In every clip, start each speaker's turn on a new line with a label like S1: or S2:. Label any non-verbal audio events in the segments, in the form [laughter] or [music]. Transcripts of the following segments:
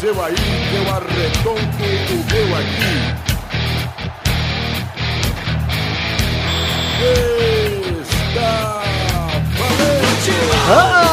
S1: seu aí, eu arredonto o meu aqui. Está valente!
S2: Ah!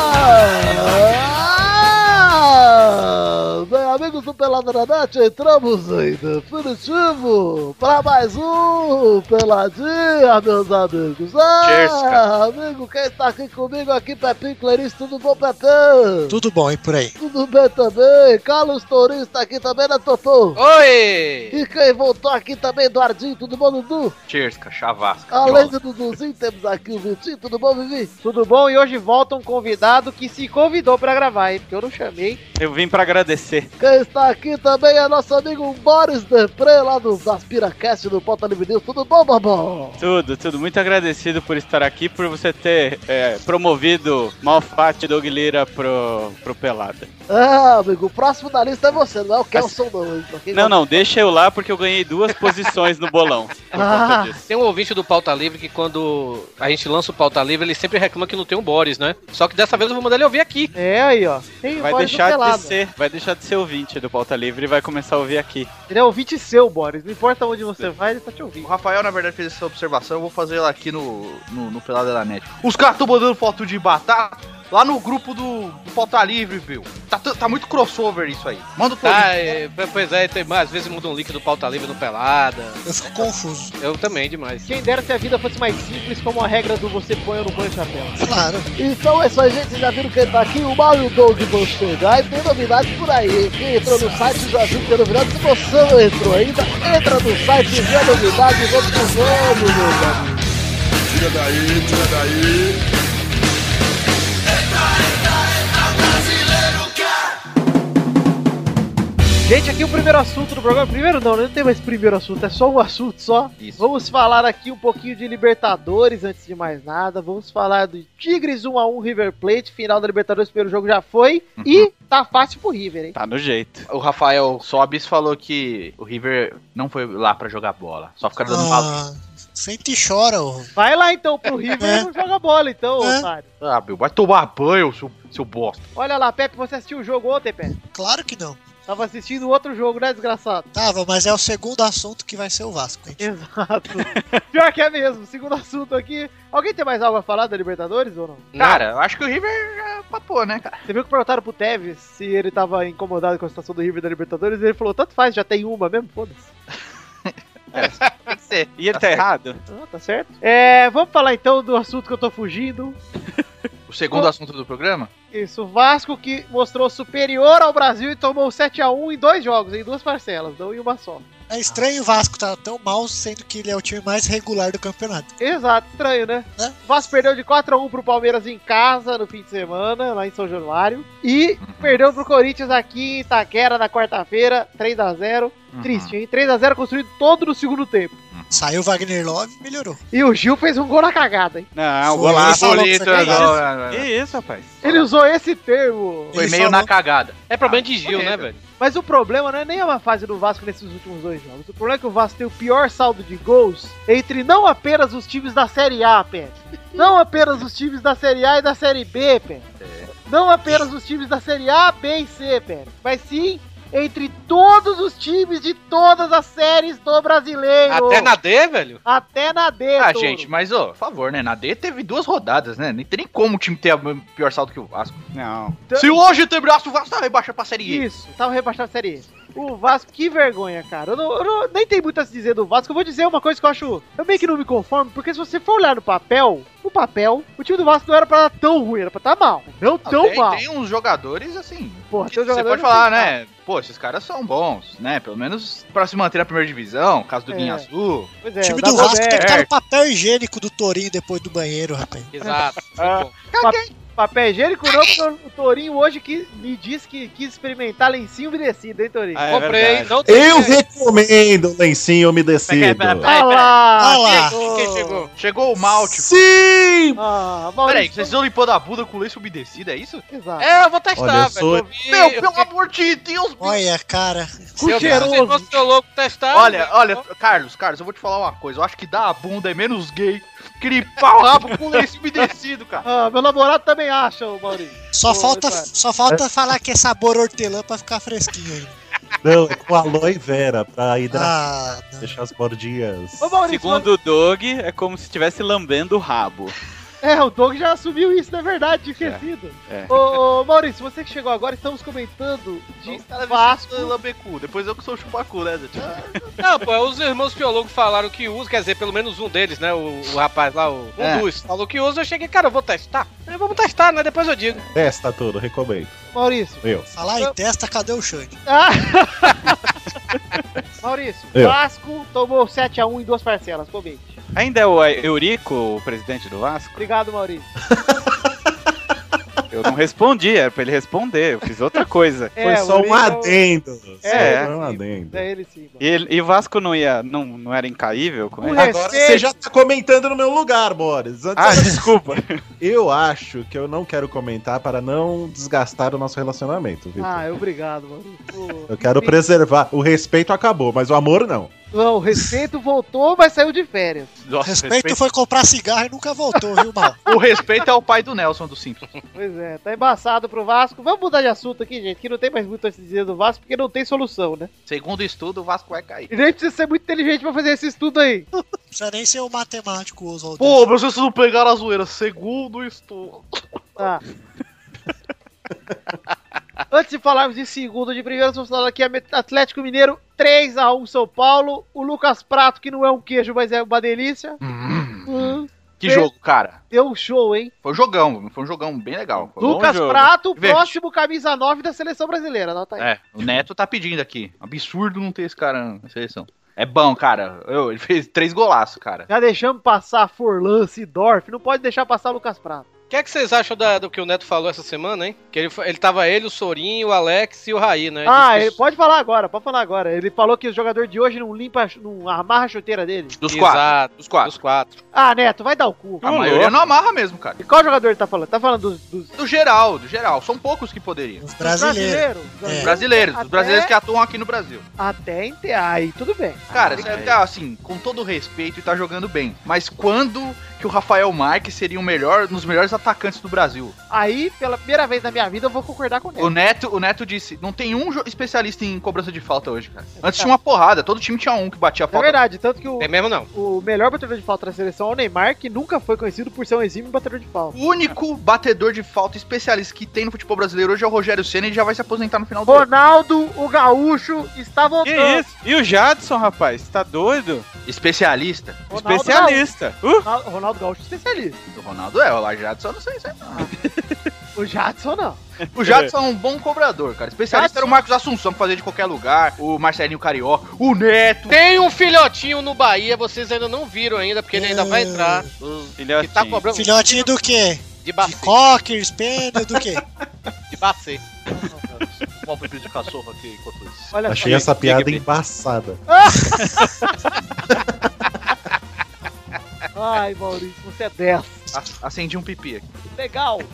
S2: Bem, amigos do Peladranete, entramos em definitivo para mais um Peladinha, meus amigos. Ah,
S3: Cheers, cara.
S2: amigo, quem está aqui comigo aqui, Pepinho Clarice, tudo bom, Pepinho?
S4: Tudo bom, e por aí?
S2: Tudo bem também? Carlos Tourinho está aqui também, né, Totô?
S3: Oi!
S2: E quem voltou aqui também, Eduardinho, tudo bom, Dudu?
S3: Cheers, cara, chavasca.
S2: Além do Duduzinho, temos aqui o Vitinho, tudo bom, Vivi?
S5: Tudo bom? E hoje volta um convidado que se convidou pra gravar, hein? Porque eu não chamei.
S3: Eu vim pra agradecer.
S2: Quem está aqui também é nosso amigo Boris Depré, lá do Aspiracast do Pauta Livre News. Tudo bom, Bobão?
S3: Tudo, tudo. Muito agradecido por estar aqui, por você ter é, promovido Malfate Doug Lira pro, pro Pelada.
S2: Ah, amigo, o próximo da lista é você, não é o Kelson, não. hein? Pra quem
S3: Não,
S2: tá-
S3: não, deixa eu lá porque eu ganhei duas posições no
S5: [laughs]
S3: bolão. Por
S2: Ah.
S3: conta disso.
S6: Tem um ouvinte do Pauta Livre que quando a gente lança o Pauta Livre, ele sempre reclama que não tem um Boris, né? Só que dessa vez eu vou mandar ele ouvir aqui.
S5: É aí, ó. Tem o
S3: Vai
S5: Boris do
S3: deixar de
S5: Pelado.
S3: ser, vai deixar de ser ouvinte do Pauta Livre e vai começar a ouvir aqui.
S5: Ele é ouvinte seu, Boris. Não importa onde você vai, ele tá te
S7: O
S5: ouvindo.
S7: Rafael, na verdade, fez essa observação, eu vou fazer ela aqui no, no, no Pelada da Net. Os caras estão mandando foto de batata lá no grupo do, do Pauta Livre, viu? Tá, t- tá muito crossover isso aí. Manda o teu
S6: Ah,
S7: link.
S6: é, pois é, tem, às vezes muda um link do Pauta Livre no Pelada.
S4: Eu fico confuso.
S6: Eu também, demais.
S5: Quem dera se a vida fosse mais simples, como a regra do você põe ou não põe o chapéu.
S4: Claro.
S2: Então é isso aí, gente. Já viram quem tá aqui? O Mal e o Doug vão chegar. E tem novidades por aí. Quem entrou no site já viu que tem novidades. Se você não entrou ainda, entra no site e vê a novidade. Vamos que vamos, meu amigo.
S1: Tira daí, tira daí.
S5: Gente, aqui o primeiro assunto do programa. Primeiro não, né? não tem mais primeiro assunto, é só um assunto só.
S7: Isso.
S5: Vamos falar aqui um pouquinho de Libertadores antes de mais nada. Vamos falar do Tigres 1x1 River Plate, final da Libertadores, primeiro jogo já foi.
S4: Uhum.
S5: E tá fácil pro River, hein?
S3: Tá no jeito.
S7: O Rafael Sobis falou que o River não foi lá pra jogar bola, só ficar dando mal.
S4: Ah, sente e chora, ô.
S5: Vai lá
S4: [laughs]
S5: então pro River e não joga bola então,
S4: É.
S5: otário.
S7: Ah, Bill, vai tomar banho, seu, seu bosta.
S5: Olha lá, Pepe, você assistiu o jogo ontem, Pepe?
S4: Claro que não.
S5: Tava assistindo outro jogo, né, desgraçado?
S4: Tava, mas é o segundo assunto que vai ser o Vasco, hein?
S5: Exato. Pior que é mesmo. Segundo assunto aqui. Alguém tem mais algo a falar da Libertadores ou não?
S7: Cara, eu acho que o River já papou, né, cara?
S5: Você viu que perguntaram pro Tevez se ele tava incomodado com a situação do River e da Libertadores, e ele falou, tanto faz, já tem uma mesmo, foda-se.
S7: Tem que ser.
S3: É. E ele tá errado?
S5: Ah, tá certo. É, vamos falar então do assunto que eu tô fugindo.
S7: O segundo assunto do programa?
S5: Isso, o Vasco que mostrou superior ao Brasil e tomou 7x1 em dois jogos, em duas parcelas, não em uma só.
S4: É [laughs] estranho o Vasco tá tão mal, sendo que ele é o time mais regular do campeonato.
S5: Exato, estranho, né?
S4: É.
S5: O Vasco perdeu de 4x1 pro Palmeiras em casa no fim de semana, lá em São Januário. E
S7: Uhum.
S5: perdeu pro Corinthians aqui em Itaquera na quarta-feira, 3x0.
S7: Uhum.
S5: Triste, hein? 3x0 construído todo no segundo tempo.
S4: Saiu o Wagner Love, melhorou.
S5: E o Gil fez um gol na cagada, hein?
S3: Não, o
S4: Foi.
S3: golaço.
S4: Esse é o louco,
S7: Bonito,
S4: isso aqui é
S7: não,
S3: isso.
S7: não, não.
S3: Que isso, rapaz?
S5: Ele usou esse termo.
S7: Foi
S4: Ele
S7: meio na
S4: falou-
S7: cagada. Ah, tá.
S6: É problema de Gil,
S7: Correto.
S6: né, velho?
S5: Mas o problema não é nem a má fase do Vasco nesses últimos dois jogos. O problema é que o Vasco tem o pior saldo de gols entre não apenas os times da Série A, Pé. Não apenas os times da Série A e da Série B, Pé.
S6: É.
S5: Não apenas os times da Série A, B e C, Pé. Mas sim entre todos os times de todas as séries do brasileiro.
S6: Até na D, velho?
S5: Até na D,
S7: Ah,
S5: Toro.
S7: gente, mas, ô, por favor, né? Na D teve duas rodadas, né? Nem tem nem como o time ter a pior saldo que o Vasco.
S3: Não.
S7: Se hoje terminasse o Vasco, tá rebaixa pra Série E.
S5: Isso, tava rebaixado a Série E. O Vasco, que vergonha, cara. Eu, não- eu não- nem tem muito a se dizer do Vasco. Eu vou dizer uma coisa que eu acho. Eu meio que não me conformo, porque se você for olhar no papel, no papel, o time do Vasco não era pra estar tão ruim, era pra estar mal. Não
S7: Não,
S5: tão
S7: tem,
S5: mal.
S7: tem uns jogadores, assim,
S5: Porra,
S7: que você pode falar,
S5: assim, tá.
S7: [laughs] né? Pô, esses caras são bons, né? Pelo menos pra se manter na primeira divisão, caso do
S5: É.
S7: Guinha Azul.
S5: Pois
S4: O
S5: é,
S4: time
S5: dá
S4: do
S5: pra
S4: Vasco
S5: ver.
S4: tem que estar no papel higiênico do Torinho depois do banheiro, rapaz.
S6: Exato.
S5: [laughs] Ah.
S6: Bom,
S5: Papel higiênico não, porque o Torinho hoje que me diz que quis experimentar lencinho merecido, hein, Torinho?
S3: Ah, é
S6: comprei,
S3: verdade.
S6: não tem.
S8: Eu recomendo lencinho umedecido.
S5: Ah lá!
S4: Ah lá,
S6: Quem- Quem chegou?
S7: Chegou o malte.
S8: Sim!
S5: Ah,
S7: Peraí,
S5: Maurício,
S7: vocês estão limpando a bunda com lenço umedecido, é isso?
S5: exato.
S6: [laughs] É, eu vou testar,
S8: Olha, eu
S6: velho.
S8: sou-
S6: Eu vi,
S7: Meu,
S6: eu
S7: pelo amor de Deus!
S4: olha, cara.
S6: fiquei-
S5: Cu
S6: eu vi que
S5: cheiroso.
S6: vocês fossem seu louco testar. né?
S7: Olha,
S6: velho.
S7: olha, Carlos, Carlos, eu vou te falar uma coisa. Eu acho que dar a bunda é menos gay Gripar o rabo com lenço umedecido, cara.
S5: Ah, meu namorado também acha, ô Maurício.
S4: Só
S5: Ô,
S4: falta,
S6: né,
S5: Eduardo.
S4: só falta falar que é sabor hortelã pra ficar fresquinho ainda.
S8: Não, é com aloe vera, pra hidratar,
S4: Ah, não.
S8: deixar as bordinhas.
S5: Ô, Maurício,
S3: Segundo o Doug, é como se estivesse lambendo o rabo.
S5: É, o Doug já assumiu isso, na verdade, de esquecido.
S3: É, é.
S5: Ô, ô, Maurício, você que chegou agora, estamos comentando de
S7: Os caras
S5: Vasco.
S7: me lambecu. Depois eu que sou chupacu, né, gente?
S6: Não, pô, os irmãos piologos falaram que usa, quer dizer, pelo menos um deles, né? O, o rapaz lá, o, um
S7: É.
S6: dos, falou que usa. Eu cheguei, cara, eu vou testar. Eu, vamos testar, né? Depois eu digo.
S8: Testa tudo, recomendo.
S5: Maurício.
S8: Eu.
S4: Falar em testa, cadê o Xande?
S5: Ah! [laughs] Maurício,
S8: Eu.
S5: Vasco tomou 7x1 em duas parcelas, comente.
S3: Ainda é o Eurico, o presidente do Vasco?
S5: Obrigado, Maurício.
S3: Eu não respondi, era pra ele responder. Eu fiz outra coisa.
S8: Foi só
S5: É, o
S8: um
S5: Miguel-
S8: adendo.
S3: É.
S8: só um adendo.
S5: É ele sim. mano.
S3: E, ele- e o Vasco não ia. Não, não era incaível com
S5: O
S3: ele?
S8: Agora você já tá comentando no meu lugar, Boris. Antes-
S3: Ah, desculpa.
S8: Eu acho que eu não quero comentar para não desgastar o nosso relacionamento, Vitor.
S5: Ah, obrigado, Maurício. Pô,
S8: eu quero
S5: enfim.
S8: preservar. O respeito acabou, mas o amor não.
S5: Não, o respeito voltou, mas saiu de férias.
S3: Nossa,
S4: Respeito, foi comprar cigarro e nunca voltou, viu, mal?
S7: [laughs] O respeito é o pai do Nelson do Simples.
S5: Pois é, tá embaçado pro Vasco. Vamos mudar de assunto aqui, gente, que não tem mais muito a se dizer do Vasco, porque não tem solução, né?
S7: Segundo estudo, o Vasco vai cair.
S5: E nem precisa ser muito inteligente pra fazer esse estudo aí.
S4: Não precisa nem ser o matemático, Oswaldo.
S7: Pô, mas vocês não pegaram a zoeira. Segundo estudo.
S5: Tá. [laughs] Antes de falarmos de segundo de primeiro, vamos falar aqui Atlético Mineiro 3x1 São Paulo. O Lucas Prato, que não é um queijo, mas é uma delícia.
S7: Uhum.
S5: Hum,
S7: Que
S5: Fe-
S7: jogo, cara.
S5: Deu um show, hein?
S7: Foi um jogão, foi um jogão bem legal. Foi bom.
S5: Lucas
S3: jogo.
S5: Prato, o
S7: Verde.
S5: próximo camisa 9 da seleção brasileira. Anota aí.
S7: É, o Neto tá pedindo aqui. Absurdo não ter esse cara na seleção. É bom, cara. Eu, ele fez três golaços, cara.
S5: Já deixamos passar Forlan, Sidorf. Não pode deixar passar Lucas Prato.
S6: O que é que vocês acham da- do que o Neto falou essa semana, hein? Que ele, foi- ele tava ele, o Sorinho, o Alex e o Raí,
S7: é
S6: né?
S5: Ah,
S6: Diz
S5: ele
S6: que
S5: pode falar agora, pode falar agora. Ele falou que o jogador de hoje não limpa, não amarra a chuteira dele.
S7: Dos
S6: Exato,
S7: quatro. Dos quatro.
S6: Os quatro.
S5: Ah, Neto, vai dar o cu.
S7: A maioria não amarra mesmo, cara.
S5: E qual jogador ele tá falando? Tá falando dos, dos
S7: Do geral, do geral. São poucos que poderiam.
S4: Os brasileiros. É.
S7: Brasileiros, os
S5: Até-
S7: brasileiros que atuam aqui no Brasil.
S5: Até em te- Aí, tudo bem.
S7: Cara,
S3: Ah,
S7: você
S3: é.
S7: tá, assim, com todo respeito e tá jogando bem. Mas quando que o Rafael Marques seria o melhor, um dos melhores atacantes do Brasil?
S5: Aí, pela primeira vez na minha vida, eu vou concordar com
S7: O
S5: ele. É
S7: Neto, o Neto disse, não tem um jo- especialista em cobrança de falta hoje, cara. Antes tinha uma porrada, todo time tinha um que batia
S5: É
S7: a falta.
S5: verdade, tanto que o,
S6: É mesmo não.
S5: o melhor batedor de falta da seleção é o Neymar, que nunca foi conhecido por ser um exímio batedor de falta.
S7: O único batedor de falta especialista que tem no futebol brasileiro hoje é o Rogério Senna e ele já vai se aposentar no final do ano.
S5: Ronaldo, o gaúcho, está
S3: Que
S5: voltando.
S3: isso? E o Jadson, rapaz? Tá doido?
S7: Especialista?
S5: Ronaldo
S3: Especialista. Uh!
S5: Gaúcho. Ronaldo Gaúcho especialista.
S7: O Ronaldo é, o Jadson eu não sei se é. não.
S5: O Jadson não.
S7: [laughs] O Jadson é um bom cobrador, cara. Especialista era o Marcos Assunção, que fazia de qualquer lugar, o Marcelinho Carioca, o Neto.
S6: Tem um filhotinho no Bahia, vocês ainda não viram ainda, porque ele ainda
S4: É.
S6: vai entrar. Que
S3: Filhotinho.
S6: tá cobrando
S4: Filhotinho do quê?
S6: de
S4: De
S6: bacê.
S4: cocker, spaniel, do quê?
S6: [laughs] De bacê.
S7: Qual foi o de cachorro aqui enquanto isso?
S5: Olha
S8: Achei
S5: só.
S8: essa piada
S3: Diga,
S8: embaçada.
S5: Ai, Maurício, você é [laughs] dessa.
S7: Acendi um pipi aqui.
S5: Legal. [laughs]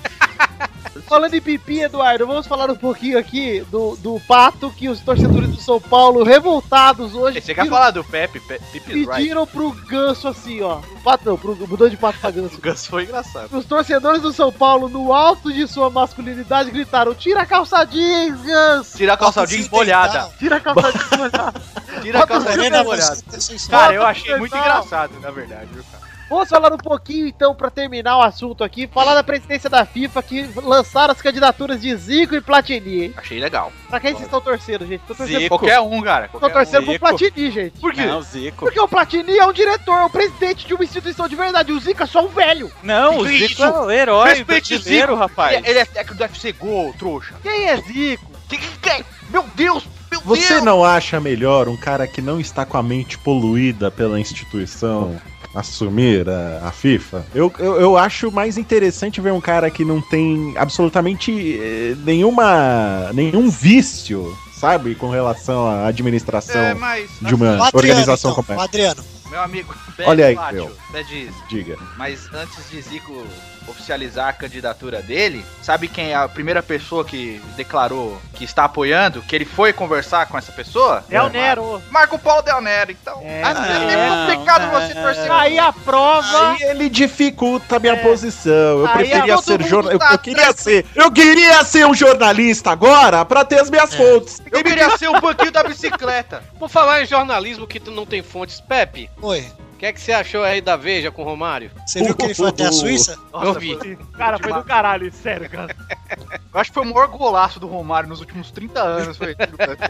S5: Falando em pipi, Eduardo, vamos falar um pouquinho aqui do, do pato que os torcedores do São Paulo, revoltados hoje,
S7: Você quer é falar do Pepe? Pe Pepe Wright?
S5: pediram pro ganso assim, ó. O pato não, pro, mudou de pato pra ganso.
S7: [laughs] O Ganso foi engraçado.
S5: Os torcedores do São Paulo, no alto de sua masculinidade, gritaram: Tira a calça jeans, Ganso!
S7: Tira a calça jeans molhada.
S5: Tira a calça
S7: [laughs]
S5: jeans!
S7: Tira a calça jeans
S4: Morena,
S7: molhada.
S4: você tá sensual.
S7: Cara, eu achei muito engraçado, na verdade, viu, cara?
S5: Vamos falar um pouquinho, então, pra terminar o assunto aqui, falar da presidência da FIFA que lançaram as candidaturas de Zico e Platini. hein?
S7: Achei legal.
S5: Pra quem vocês estão torcendo, gente? Tô torcendo,
S3: Zico.
S7: Qualquer um, cara.
S5: tô
S7: Qualquer
S5: torcendo pro
S3: Zico.
S5: Platini, gente.
S7: Por quê?
S3: Não, Zico.
S5: Porque o Platini é um diretor, é o presidente de uma instituição de verdade. O Zico é só um velho.
S3: Não, o
S7: Que
S3: Zico
S7: isso?
S3: é o herói
S7: Respeite o
S3: brasileiro, rapaz.
S7: Ele, ele é técnico do FC Gol, trouxa.
S5: Quem é Zico?
S7: Que, que, que, meu Deus! [laughs] Meu
S8: [laughs] Você
S7: Deus!
S8: não acha melhor um cara que não está com a mente poluída pela instituição assumir a, a FIFA? Eu, eu, eu acho mais interessante ver um cara que não tem absolutamente eh, nenhuma nenhum vício, sabe, com relação à administração
S7: É, mas.
S8: de uma
S4: O Adriano,
S8: organização
S4: então,
S8: como
S4: o
S8: essa.
S4: Adriano.
S7: Meu amigo,
S8: Olha aí,
S7: Pátio,
S8: meu.
S7: pede-
S8: Diga.
S7: Mas antes de Zico, oficializar a candidatura dele, sabe quem é a primeira pessoa que declarou que está apoiando, que ele foi conversar com essa pessoa?
S5: É o Nero.
S7: Marco Paulo Del Nero, então.
S5: É, Tá
S7: ah, é meio
S3: não,
S7: complicado
S3: não,
S7: você torcer
S5: Aí a prova.
S8: Aí ele dificulta a minha posição. Eu
S5: Aí,
S8: preferia
S7: É. ó, todo
S8: ser
S7: mundo
S8: jornalista.
S7: tá
S8: Eu, eu queria ser. Eu queria ser um jornalista agora pra ter as minhas fontes.
S7: Eu queria ser o banquinho da bicicleta.
S6: Por falar em jornalismo que tu não tem fontes, Pepe,
S4: Oi,
S6: o que é que você achou aí da Veja com o Romário?
S4: você viu que ele foi até a Suíça?
S7: [laughs]
S6: Eu vi.
S7: foi-
S5: Cara, foi do caralho, sério, cara.
S7: [laughs] Eu acho que foi o maior golaço do Romário nos últimos 30 anos. Foi.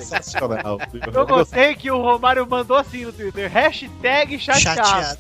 S8: Sensacional.
S5: Eu gostei que o Romário mandou assim no Twitter. Hashtag chateado.
S4: Chateado.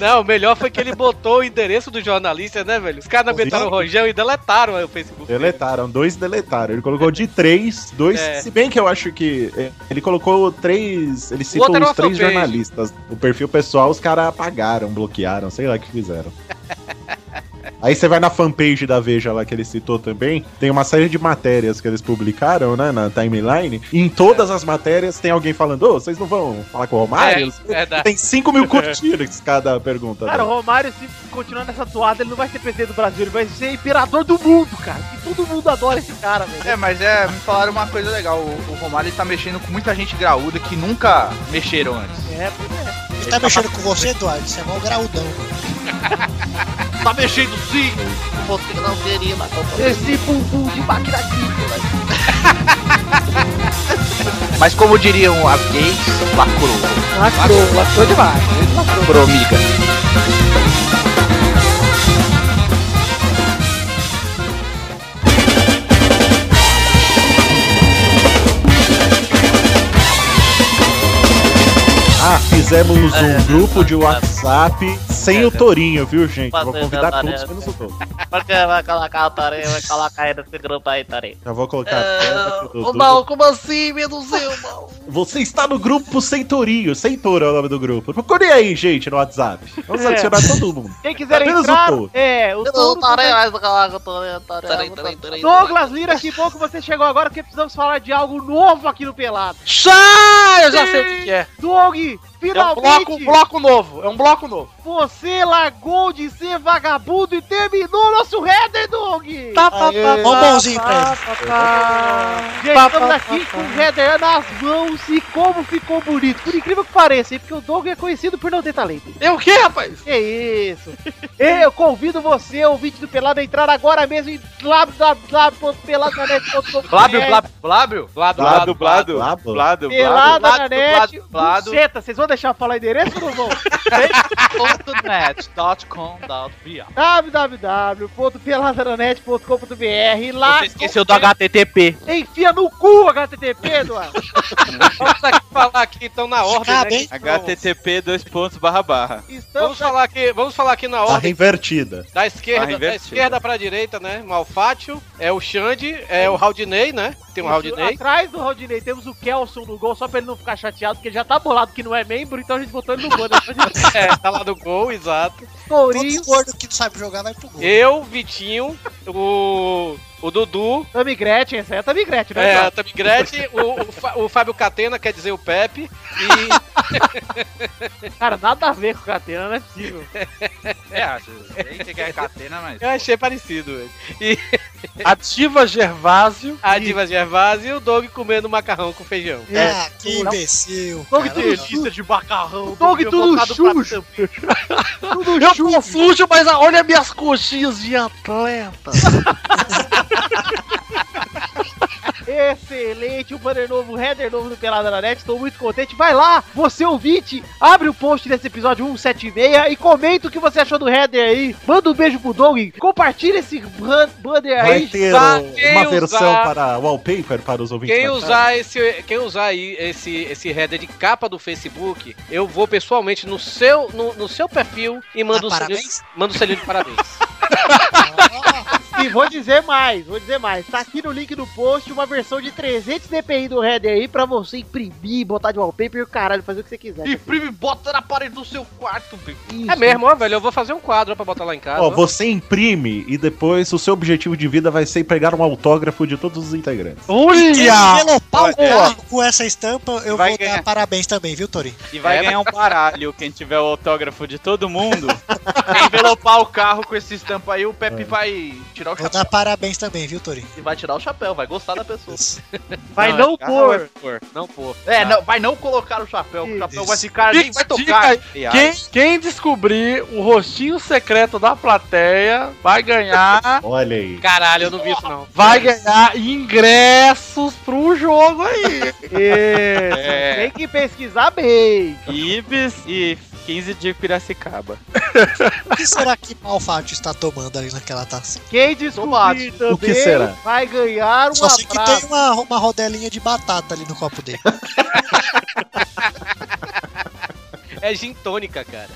S6: Não, o melhor foi que ele botou o endereço do jornalista, né, velho? Os caras não aguentaram o Rojão e deletaram aí o Facebook. dele.
S8: Deletaram, dois deletaram. Ele colocou de três, dois.
S6: É.
S8: Se bem que eu acho que. é, Ele colocou três. Ele citou
S6: outro era
S8: os
S6: uma
S8: três
S6: fanpage.
S8: jornalistas. O perfil pessoal, os caras apagaram, bloquearam, sei lá o que fizeram.
S6: [laughs]
S8: Aí você vai na fanpage da Veja lá que ele citou também, tem uma série de matérias que eles publicaram, né, na timeline, e em todas as matérias tem alguém falando, ô, vocês não vão falar com o Romário?
S6: É, é
S8: [laughs]
S6: da...
S8: Tem 5
S6: [laughs]
S8: mil curtidas cada pergunta.
S5: Cara, o
S8: dela.
S5: Romário, se continuar nessa toada, ele não vai ser presidente do Brasil, ele vai ser imperador do mundo, cara. E todo mundo adora esse cara, velho.
S7: É, mas é, me falaram uma coisa legal. O, o Romário ele tá mexendo com muita gente graúda que nunca mexeram antes.
S5: É, pois
S4: Ele tá mexendo com você, Eduardo? Você é mó graudão.
S7: Tá mexendo sim!
S2: Você não queria matar o
S5: é. Esse bumbum de máquina
S7: Mas como diriam as gays, lacrou.
S5: Lacrou, lacrou demais.
S7: Lacrou, amiga.
S8: Ah, fizemos um grupo de WhatsApp sem o Torinho, viu, gente? Vou
S2: Vocês
S8: convidar
S2: andarem-
S8: todos menos o Torinho.
S2: Por que [laughs] vai colocar o Tarei? Vai colocar ele nesse grupo aí, Tarei.
S8: Já vou colocar
S5: É,
S8: a
S6: É,
S8: tela pro Dudu.
S2: como assim, meu Deus,
S9: [laughs]
S2: mal?
S8: Você está no grupo sem Torinho. Sem Toro é o nome do grupo. Procure aí, gente, no WhatsApp. Vamos
S6: [laughs]
S5: É.
S8: adicionar todo mundo.
S5: Quem quiser
S8: Apenas o
S5: entrar,
S8: touro.
S5: é, o
S2: O
S5: touro
S2: Tarei
S5: também.
S2: vai colocar o Tarei, o Tarei. o Tarei.
S5: Douglas Lira, que bom que você chegou agora, porque precisamos falar de algo novo aqui no Pelado.
S9: Ah,
S6: Sai! Eu já sei o que, que
S9: um
S6: é.
S5: Doug,
S6: É um
S5: finalmente
S6: bloco, um bloco novo. É um bloco novo.
S5: você largou de ser vagabundo e terminou o nosso header, Doug!
S6: Tá, tá, tá, tá,
S4: Mó bonzinho pra ele.
S5: Gente, estamos aqui com o header nas mãos e como ficou bonito. Por incrível que pareça, hein, porque o Doug é conhecido por não ter talento.
S6: É o quê, rapaz?
S5: Que isso! Eu convido você, ouvinte do Pelado, a entrar agora mesmo em www.peladanet.com.
S7: Blábio, blábio, blábio.
S6: Blado,
S3: Blado,
S6: blado,
S3: blado,
S8: blado.
S3: blado, blado.
S5: É. Pelada na
S7: blado,
S5: net, um
S7: blado, blado.
S5: buceta. vocês vão deixar eu falar o endereço ou não vão?
S7: .net.com.br
S5: www.peladananet.com.br Lá
S6: Você esqueceu do HTTP.
S5: enfia no cu HTTP, Eduardo.
S6: Vamos aqui falar aqui, então, na ordem,
S4: Cabe,
S6: né?
S4: hein?
S3: HTTP dois pontos barra barra.
S5: Estamos
S6: Vamos falar aqui, vamos falar aqui na
S8: Tá
S6: ordem.
S8: revertida.
S6: Da
S3: Barra
S6: esquerda, da
S3: invertida.
S6: esquerda pra direita, né? Malfátio, é o Xande, é o Haldinei, né? Tem um Haldinei.
S5: Atrás do Rodinei temos o Kelson no gol, só pra ele não ficar chateado, porque ele já tá bolado que não é membro, então a gente botou ele no gol. Né?
S4: [laughs]
S6: É, tá lá no gol, exato.
S5: Tourinho,
S4: Todo gordo que não sabe jogar vai pro gol.
S6: Eu, Vitinho, o, o Dudu,
S5: Tami Gretchen, essa aí é Tami Gretchen, né?
S6: é, a
S5: Eduardo?
S6: Tami Gretchen, o, o, Fa- o Fábio Catena, quer dizer o Pepe, e
S5: [laughs] Cara, nada a ver com Catena, não é possível.
S7: É, acho. Nem sei que é catena, mas.
S6: eu achei parecido, velho.
S9: Ativa Gervásio.
S6: A Diva Gervásio e o Doug comendo macarrão com feijão.
S4: Ah, que imbecil.
S5: É, Doug
S4: cara.
S5: tudo,
S9: de macarrão.
S5: Doug
S9: meu,
S5: tudo
S9: botado pra [laughs]
S5: sujo. Tudo
S9: Eu tô sujo, mas ah, olha minhas coxinhas de atleta.
S5: Excelente, o banner novo, o header novo do Pelada na Net, estou muito contente. Vai lá, você ouvinte, abre o post desse episódio 176 e comenta o que você achou do header aí. Manda um beijo pro Doug, compartilha esse ban- banner
S8: Vai
S5: aí.
S8: ter
S6: já
S8: o-
S6: quem
S8: uma versão
S6: usar-
S8: para wallpaper para os ouvintes.
S6: Quem
S8: baixarem.
S6: usar, esse, quem usar aí esse, esse header de capa do Facebook, eu vou pessoalmente no seu, no, no seu perfil e
S4: Ah,
S6: [laughs] mando um selinho-
S4: parabéns?
S6: mando um selinho de parabéns.
S4: Ah,
S5: E vou dizer mais, vou dizer mais. Tá aqui no link do post uma versão de 300 DPI do Red aí pra você imprimir, botar de wallpaper e o caralho, fazer o que você quiser.
S7: Imprime e [laughs] bota na parede do seu quarto, Bill.
S6: É mesmo, ó, velho. Eu vou fazer um quadro ó, pra botar lá em casa.
S8: Ó,
S6: ó.
S8: você imprime e depois o seu objetivo de vida vai ser pegar um autógrafo de todos os integrantes.
S4: Quem
S9: Olha!
S4: envelopar o
S9: Olha.
S4: carro com essa estampa, eu
S3: Vai
S4: vou
S3: ganhar.
S4: dar parabéns também, viu, Tori?
S3: E vai
S6: É,
S3: ganhar um baralho. Quem tiver o autógrafo de todo
S8: [laughs]
S3: mundo.
S7: Vai envelopar o carro com esse estampa aí, o Pepe vai tirar o
S4: Vou
S7: chapéu.
S4: dar parabéns também, viu, Tori?
S7: E vai tirar o chapéu, vai gostar da pessoa.
S5: Vai não,
S6: ah,
S5: pôr.
S6: é pôr. Não pôr.
S7: É,
S6: Ah.
S7: não, vai não colocar o chapéu, o chapéu vai ficar,
S9: Dica-
S7: nem vai tocar.
S9: Quem, quem descobrir o rostinho secreto da plateia vai
S7: [laughs]
S9: ganhar.
S8: Olha aí.
S6: Caralho, eu não vi isso não.
S9: Vai ganhar ingressos pro jogo aí.
S8: É.
S7: É.
S5: Isso, Tem que pesquisar bem.
S3: Ibis e 15 de Piracicaba.
S4: O que será que Malfátio está tomando ali naquela taça?
S5: Quem descobrir também
S8: O que será?
S5: vai ganhar um
S4: Só sei que tem
S5: abraço.
S4: uma, uma rodelinha de batata ali no copo dele.
S6: É gin tônica,
S7: [laughs]
S6: cara.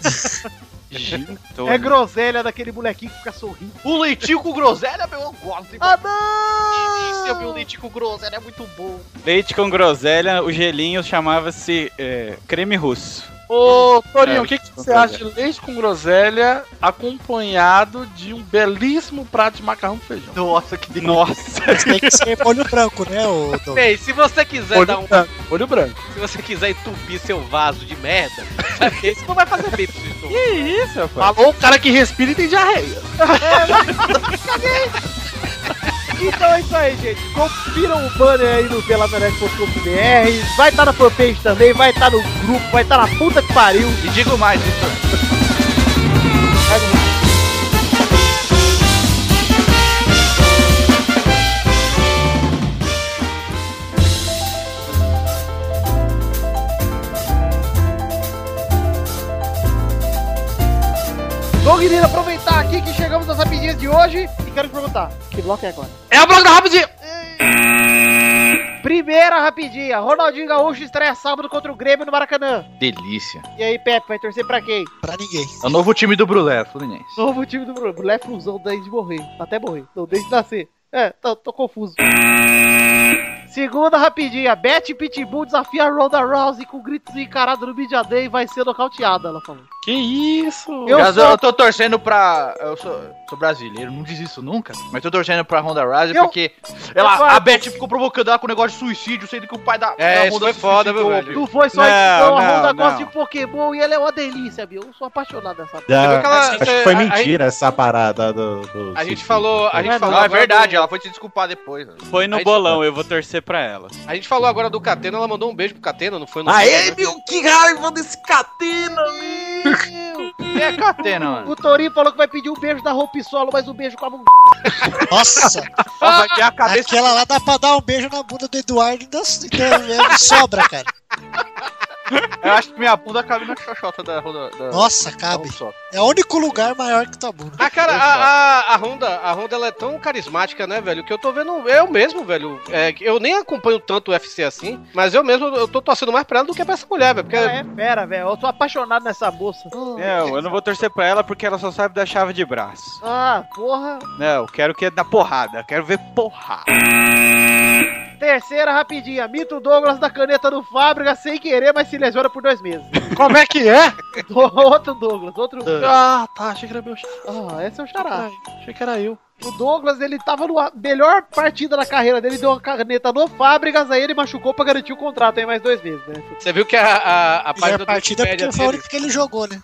S3: Gintônico.
S5: É groselha daquele molequinho que fica sorrindo.
S7: O leitinho com groselha, meu, eu gosto. hein,
S5: Ah,
S7: delícia, meu, o
S5: não!
S7: leitinho com groselha é muito bom.
S3: Leite com groselha, o gelinho chamava-se é, creme russo.
S9: Ô, Torinho, o que, que
S3: com
S9: você acha de leite com groselha acompanhado de um belíssimo prato de macarrão com feijão?
S7: Nossa, que
S3: Nossa!
S4: Mas tem que ser molho branco, né, ô Doug?
S6: Ei, se você quiser dar um.
S9: Olho branco, olho branco.
S6: Se você quiser entupir seu vaso de merda, sabe? Esse não vai fazer
S7: [laughs]
S6: bem pro seu estômago.
S3: Que isso, rapaz?
S9: Falou o cara que respira e tem diarreia.
S5: Então é isso aí, gente. Confiram o banner aí no pelamerec.com.br. Vai estar na fanpage também, vai estar no grupo, vai estar na puta que pariu.
S7: E digo mais, Vitor.
S5: Bom, querido, aproveitar aqui que chegamos às rapidinhas de hoje e quero te perguntar, que bloco é agora?
S9: É a bloco da rapidinha.
S5: Primeira rapidinha, Ronaldinho Gaúcho estreia sábado contra o Grêmio no Maracanã.
S7: Delícia.
S5: E aí, Pepe, vai torcer pra quem?
S4: Pra ninguém.
S7: É o novo time do Brulé, Fluminense.
S5: Novo time do Bruno, Brulé Flusão desde morrer, até morrer, não, desde nascer. É, tô, tô confuso. Segunda rapidinha, Beth Pitbull desafia Ronda Rousey com gritos encarados no Media Day e vai ser nocauteada, ela falou.
S9: Que isso?
S5: Eu
S7: Mas Eu,
S5: sou-
S7: eu tô torcendo pra. Eu sou, sou brasileiro, não desisto nunca. Mas tô torcendo pra Ronda Rousey
S5: Eu-
S7: porque ela,
S5: eu-
S7: a Beth ficou provocando ela com o negócio de suicídio, sendo que o pai da.
S6: É,
S7: da
S6: isso
S7: Ronda
S6: foi
S7: se
S6: foda,
S7: suicidou,
S6: meu velho.
S5: Não foi só
S3: Não,
S5: isso, não, a
S3: não,
S5: Ronda
S3: não.
S5: gosta de Pokémon e ela é uma delícia, meu. Eu sou apaixonado dessa
S8: Da-
S6: viu que ela-
S8: Ah, acho que foi
S6: é, a- a-
S8: mentira essa parada do. do-
S6: A gente falou. A gente
S7: Não,
S6: falou
S7: é
S6: agora
S7: verdade,
S6: do-
S7: ela foi se desculpar depois. velho.
S3: Foi no
S6: Aí-
S3: bolão, eu vou torcer pra ela.
S6: A gente falou agora do Catena, ela mandou um beijo pro Catena, não foi? No né?
S9: Aê,
S7: né?
S9: meu, que raiva desse
S7: [laughs]
S9: catena,
S7: Quem é Catena, mano?
S5: O Torinho falou que vai pedir um beijo da roupa solo, mas um beijo com a mão.
S4: Nossa,
S7: Ela vai ter a cabeça.
S4: aquela lá dá pra dar um beijo na bunda do Eduardo e ainda ainda é sobra, cara.
S7: Eu acho que minha bunda cabe na xoxota da Ronda. Da...
S4: Nossa,
S7: da
S4: cabe.
S7: Ronda Rousey.
S4: É o único lugar maior que tua bunda.
S6: Ah, cara, a, a, a Honda, a Honda ela é tão carismática, né, velho? Que eu tô vendo eu mesmo, velho. É, que eu nem acompanho tanto o UFC assim, mas eu mesmo eu tô torcendo mais pra ela do que pra essa mulher, velho. Porque
S4: Ah,
S5: Ela é fera, velho. Eu sou apaixonado nessa moça.
S7: É.
S3: Não, eu não vou torcer pra ela porque ela só sabe da chave de braço.
S5: Ah, porra.
S3: Não, eu quero que é da porrada, eu quero ver porrada.
S5: Terceira rapidinha. Mito Douglas da caneta do Fábrica sem querer, mas se lesiona por dois meses.
S9: Como é que é?
S5: Do- [laughs] outro Douglas, outro.
S9: Ah, tá, achei que era meu xará.
S5: Ah, esse é o xará.
S9: Achei que era eu.
S5: O Douglas, ele tava na melhor partida da carreira dele, deu uma caneta no Fábricas, aí ele machucou pra garantir o contrato aí mais dois meses, né?
S6: você viu que a, a, a página
S4: Melhor
S6: do
S4: partida é
S6: Wikipedia
S4: porque foi a
S6: dele,
S4: única que ele jogou, né?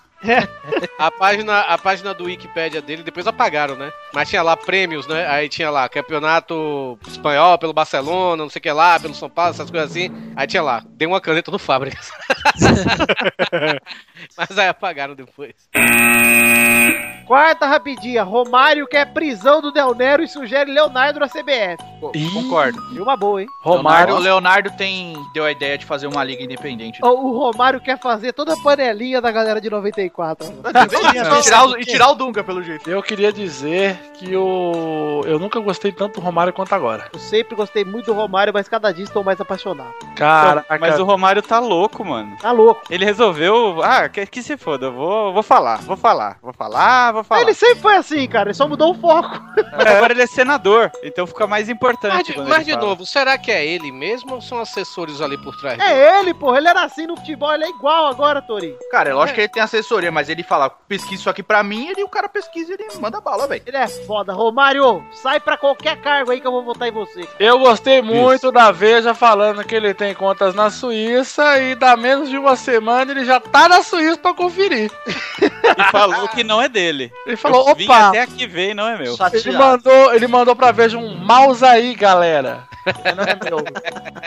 S6: a página, a página do Wikipedia dele, depois apagaram, né? Mas tinha lá prêmios, né? Aí tinha lá campeonato espanhol pelo Barcelona, não sei o que lá, pelo São Paulo, essas coisas assim. Aí tinha lá, deu uma caneta no Fábricas. mas aí apagaram depois.
S5: Quarta rapidinha. Romário quer prisão do Del Nero e sugere Leonardo na CBF.
S7: Co-
S9: Ih.
S7: Concordo.
S5: E uma boa, hein?
S7: Leonardo,
S9: Romário.
S7: o Leonardo tem, deu a ideia de fazer uma liga independente.
S5: Ó, O Romário quer fazer toda a panelinha da galera de 94. mano.
S4: É,
S7: E tirar, o, e tirar o Dunga, pelo jeito.
S9: Eu queria dizer que o... eu nunca gostei tanto do Romário quanto agora.
S5: Eu sempre gostei muito do Romário, mas cada dia estou mais apaixonado.
S9: Caraca,
S3: Mas o Romário tá louco, mano.
S5: Tá louco.
S3: Ele resolveu. Ah, que, que se foda, eu vou, vou falar, vou falar, vou falar, vou falar.
S5: Ele sempre foi assim, cara. Ele só mudou o foco. [laughs]
S3: Mas agora ele é senador, então fica mais importante.
S6: Mas, de-
S3: quando
S6: mas
S3: ele
S6: de
S3: fala.
S6: novo, será que é ele mesmo ou são assessores ali por trás? dele?
S5: É ele, porra. Ele era assim no futebol, ele é igual agora, Torinho.
S7: Cara, é lógico que ele tem assessoria, mas ele fala, pesquisa isso aqui pra mim, ele, o cara pesquisa e ele manda bala, velho.
S5: Ele é foda. Romário, sai pra qualquer cargo aí que eu vou votar em você.
S9: eu gostei muito da Veja falando que ele tem contas na Suíça e dá menos de uma semana ele já tá na Suíça pra conferir.
S3: E falou que não é dele.
S9: Ele falou,
S3: Eu Vim
S9: opa,
S3: até aqui ver e não é meu.
S9: ele mandou, ele mandou pra Veja um mouse aí, galera. Não é meu.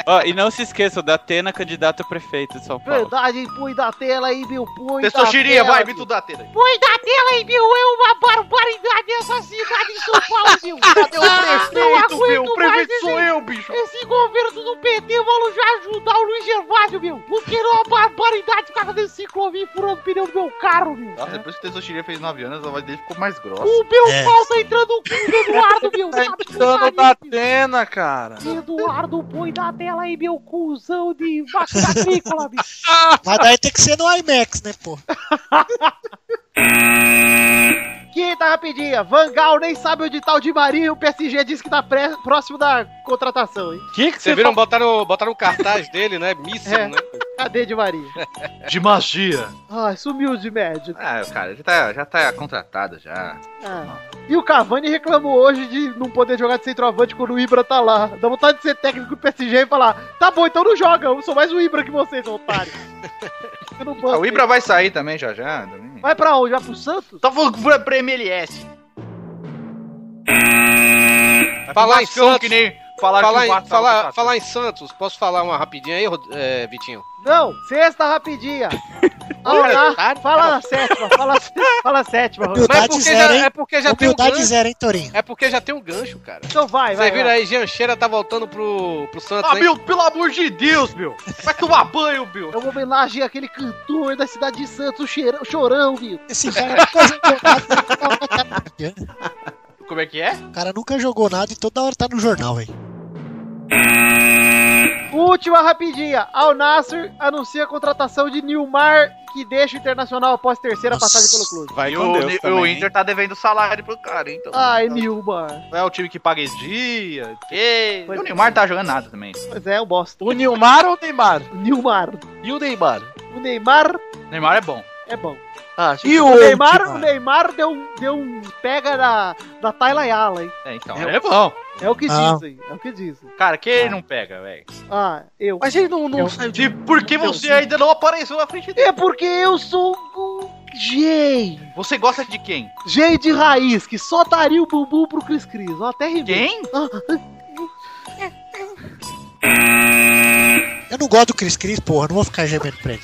S3: Ó, e não se esqueçam da Atena, candidata a prefeito de São Paulo.
S5: Verdade, hein? Punho da tela aí, meu punho. da
S7: Testosteria,
S5: tela,
S7: vai,
S5: meu.
S7: me tu dá tela.
S5: Põe da tela aí, meu, é uma barbaridade essa cidade em São Paulo, meu.
S7: Cadê o Ah, prefeito,
S5: aguento
S7: meu?
S5: mais
S7: O prefeito sou
S5: esse-
S7: eu, bicho.
S5: Esse governo do PT vamos já ajudar o Luiz Gervásio, meu. Porque não é uma barbaridade ficar fazendo ciclovia e furando pneu do meu carro, meu.
S7: Nossa, depois que o Testosteria fez 9 anos, a voz dele ficou mais grossa.
S5: O meu
S4: É.
S5: pau tá entrando no cu do Eduardo,
S7: [laughs]
S5: meu.
S7: É.
S9: Tá
S5: sabe?
S9: imitando da Atena, cara.
S5: Eduardo, põe da tela aí, meu cuzão de vaca agrícola, bicho.
S4: [laughs] Mas daí tem que ser Ah, no IMAX, né, pô?
S5: Quinta rapidinha. tá Vangal nem sabe onde tá o Di Maria e o PSG diz que tá pré- próximo da contratação, hein?
S9: O que, que
S3: tá
S6: Vocês
S9: você
S6: viram? Botaram, botaram o cartaz dele, né? Missa,
S5: É.
S6: né?
S5: Cadê Di Maria?
S7: De magia.
S5: Ai, sumiu de médico.
S7: Ah, cara, ele tá, já tá contratado já.
S5: Ah. E o Cavani reclamou hoje de não poder jogar de centroavante quando o Ibra tá lá. Dá vontade de ser técnico do PSG e falar: tá bom, então não joga, eu sou mais o Ibra que vocês, otário. Eu não
S7: Ah,
S5: posso.
S7: o Ibra vai sair também já já. Também.
S5: Vai pra onde? Vai pro Santos?
S7: Tá falando pra, pra MLS.
S6: Falar em
S7: Vascão,
S6: Santos.
S7: que nem falaram
S6: Falar
S7: que o
S6: em,
S7: Vasco
S6: falar-
S7: tava
S6: falar em Santos, posso falar uma rapidinha aí, Rod- é, Vitinho?
S5: Não, sexta
S6: [laughs]
S5: rapidinha. Ah, lá, fala a sétima, fala, fala a sétima. Rodrigo.
S6: tá Mas é
S4: Humildade
S6: porque
S4: zero,
S6: já,
S4: hein?
S6: é porque já tem um
S4: Humildade
S6: gancho.
S4: zero, hein, Torinho?
S6: É porque já tem um gancho, cara.
S5: Então vai, vai.
S6: Vocês viram
S5: vai.
S6: aí, Jean Cheira tá voltando pro, pro Santos,
S7: Ah,
S6: hein?
S7: Bill, pelo amor de Deus, Bill. Vai tomar banho, Bill.
S5: É uma homenagem àquele cantor da cidade de Santos, o cheirão, o chorão, viu?
S4: Esse cara é nunca jogou nada. e toda hora tá no jornal.
S7: Como é que é?
S4: O cara nunca jogou nada e toda hora tá no jornal, velho.
S5: [laughs] Última rapidinha. Al Nasser anuncia a contratação de Nilmar, que deixa o Internacional após terceira
S4: Nossa.
S5: passagem pelo clube.
S3: Vai
S7: E
S3: com
S7: o,
S3: Deus
S7: e o
S3: também, hein?
S7: Inter tá devendo salário pro cara, então.
S5: Ai, Nilmar.
S7: Não é o time que paga esse dia. Que...
S5: Pois
S7: E
S5: é.
S7: o Neymar tá jogando nada também.
S5: Pois é, eu bosta.
S9: O Nilmar ou o Neymar?
S5: Nilmar.
S9: E o Neymar?
S5: O Neymar
S7: O Neymar é bom.
S5: é bom.
S9: Ah,
S4: E
S5: O Neymar, o Neymar deu, um- deu um pega da, da Tayla Ayala, hein?
S7: É, então.
S9: É
S7: É, bom.
S5: É o que
S4: Ah.
S5: dizem, é o que dizem.
S7: Cara, que ele não pega, velho.
S5: Ah, eu.
S9: Mas ele não, não
S5: Eu-
S9: saiu de.
S7: De por que você ainda não apareceu na frente dele?
S5: É porque eu sou um gay.
S7: Você gosta de quem?
S5: Gay de raiz, que só daria o bumbum pro Cris Cris. Ó, até Ah, rimei.
S7: Quem?
S5: [laughs]
S4: Eu não gosto do Cris Cris, porra. Não vou ficar gemendo pra ele.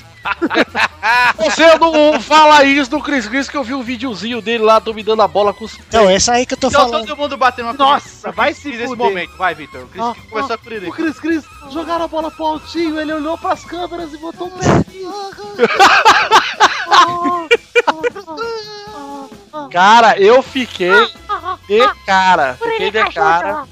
S9: Você não fala isso do Chris Chris que eu vi um videozinho dele lá dominando a bola com os.
S4: Não, é isso aí que eu tô
S7: Então
S4: falando.
S7: todo mundo batendo uma
S5: Nossa, vai se
S7: Cris nesse
S5: fuder.
S7: momento. Vai, Vitor. O Cris
S5: Ah,
S7: começou a crer.
S5: O Cris Cris jogaram a bola pro altinho, ele olhou pras câmeras e botou um pezinho.
S9: Cara, eu fiquei
S10: Ah,
S9: de cara. Fiquei
S10: tá
S9: de cara.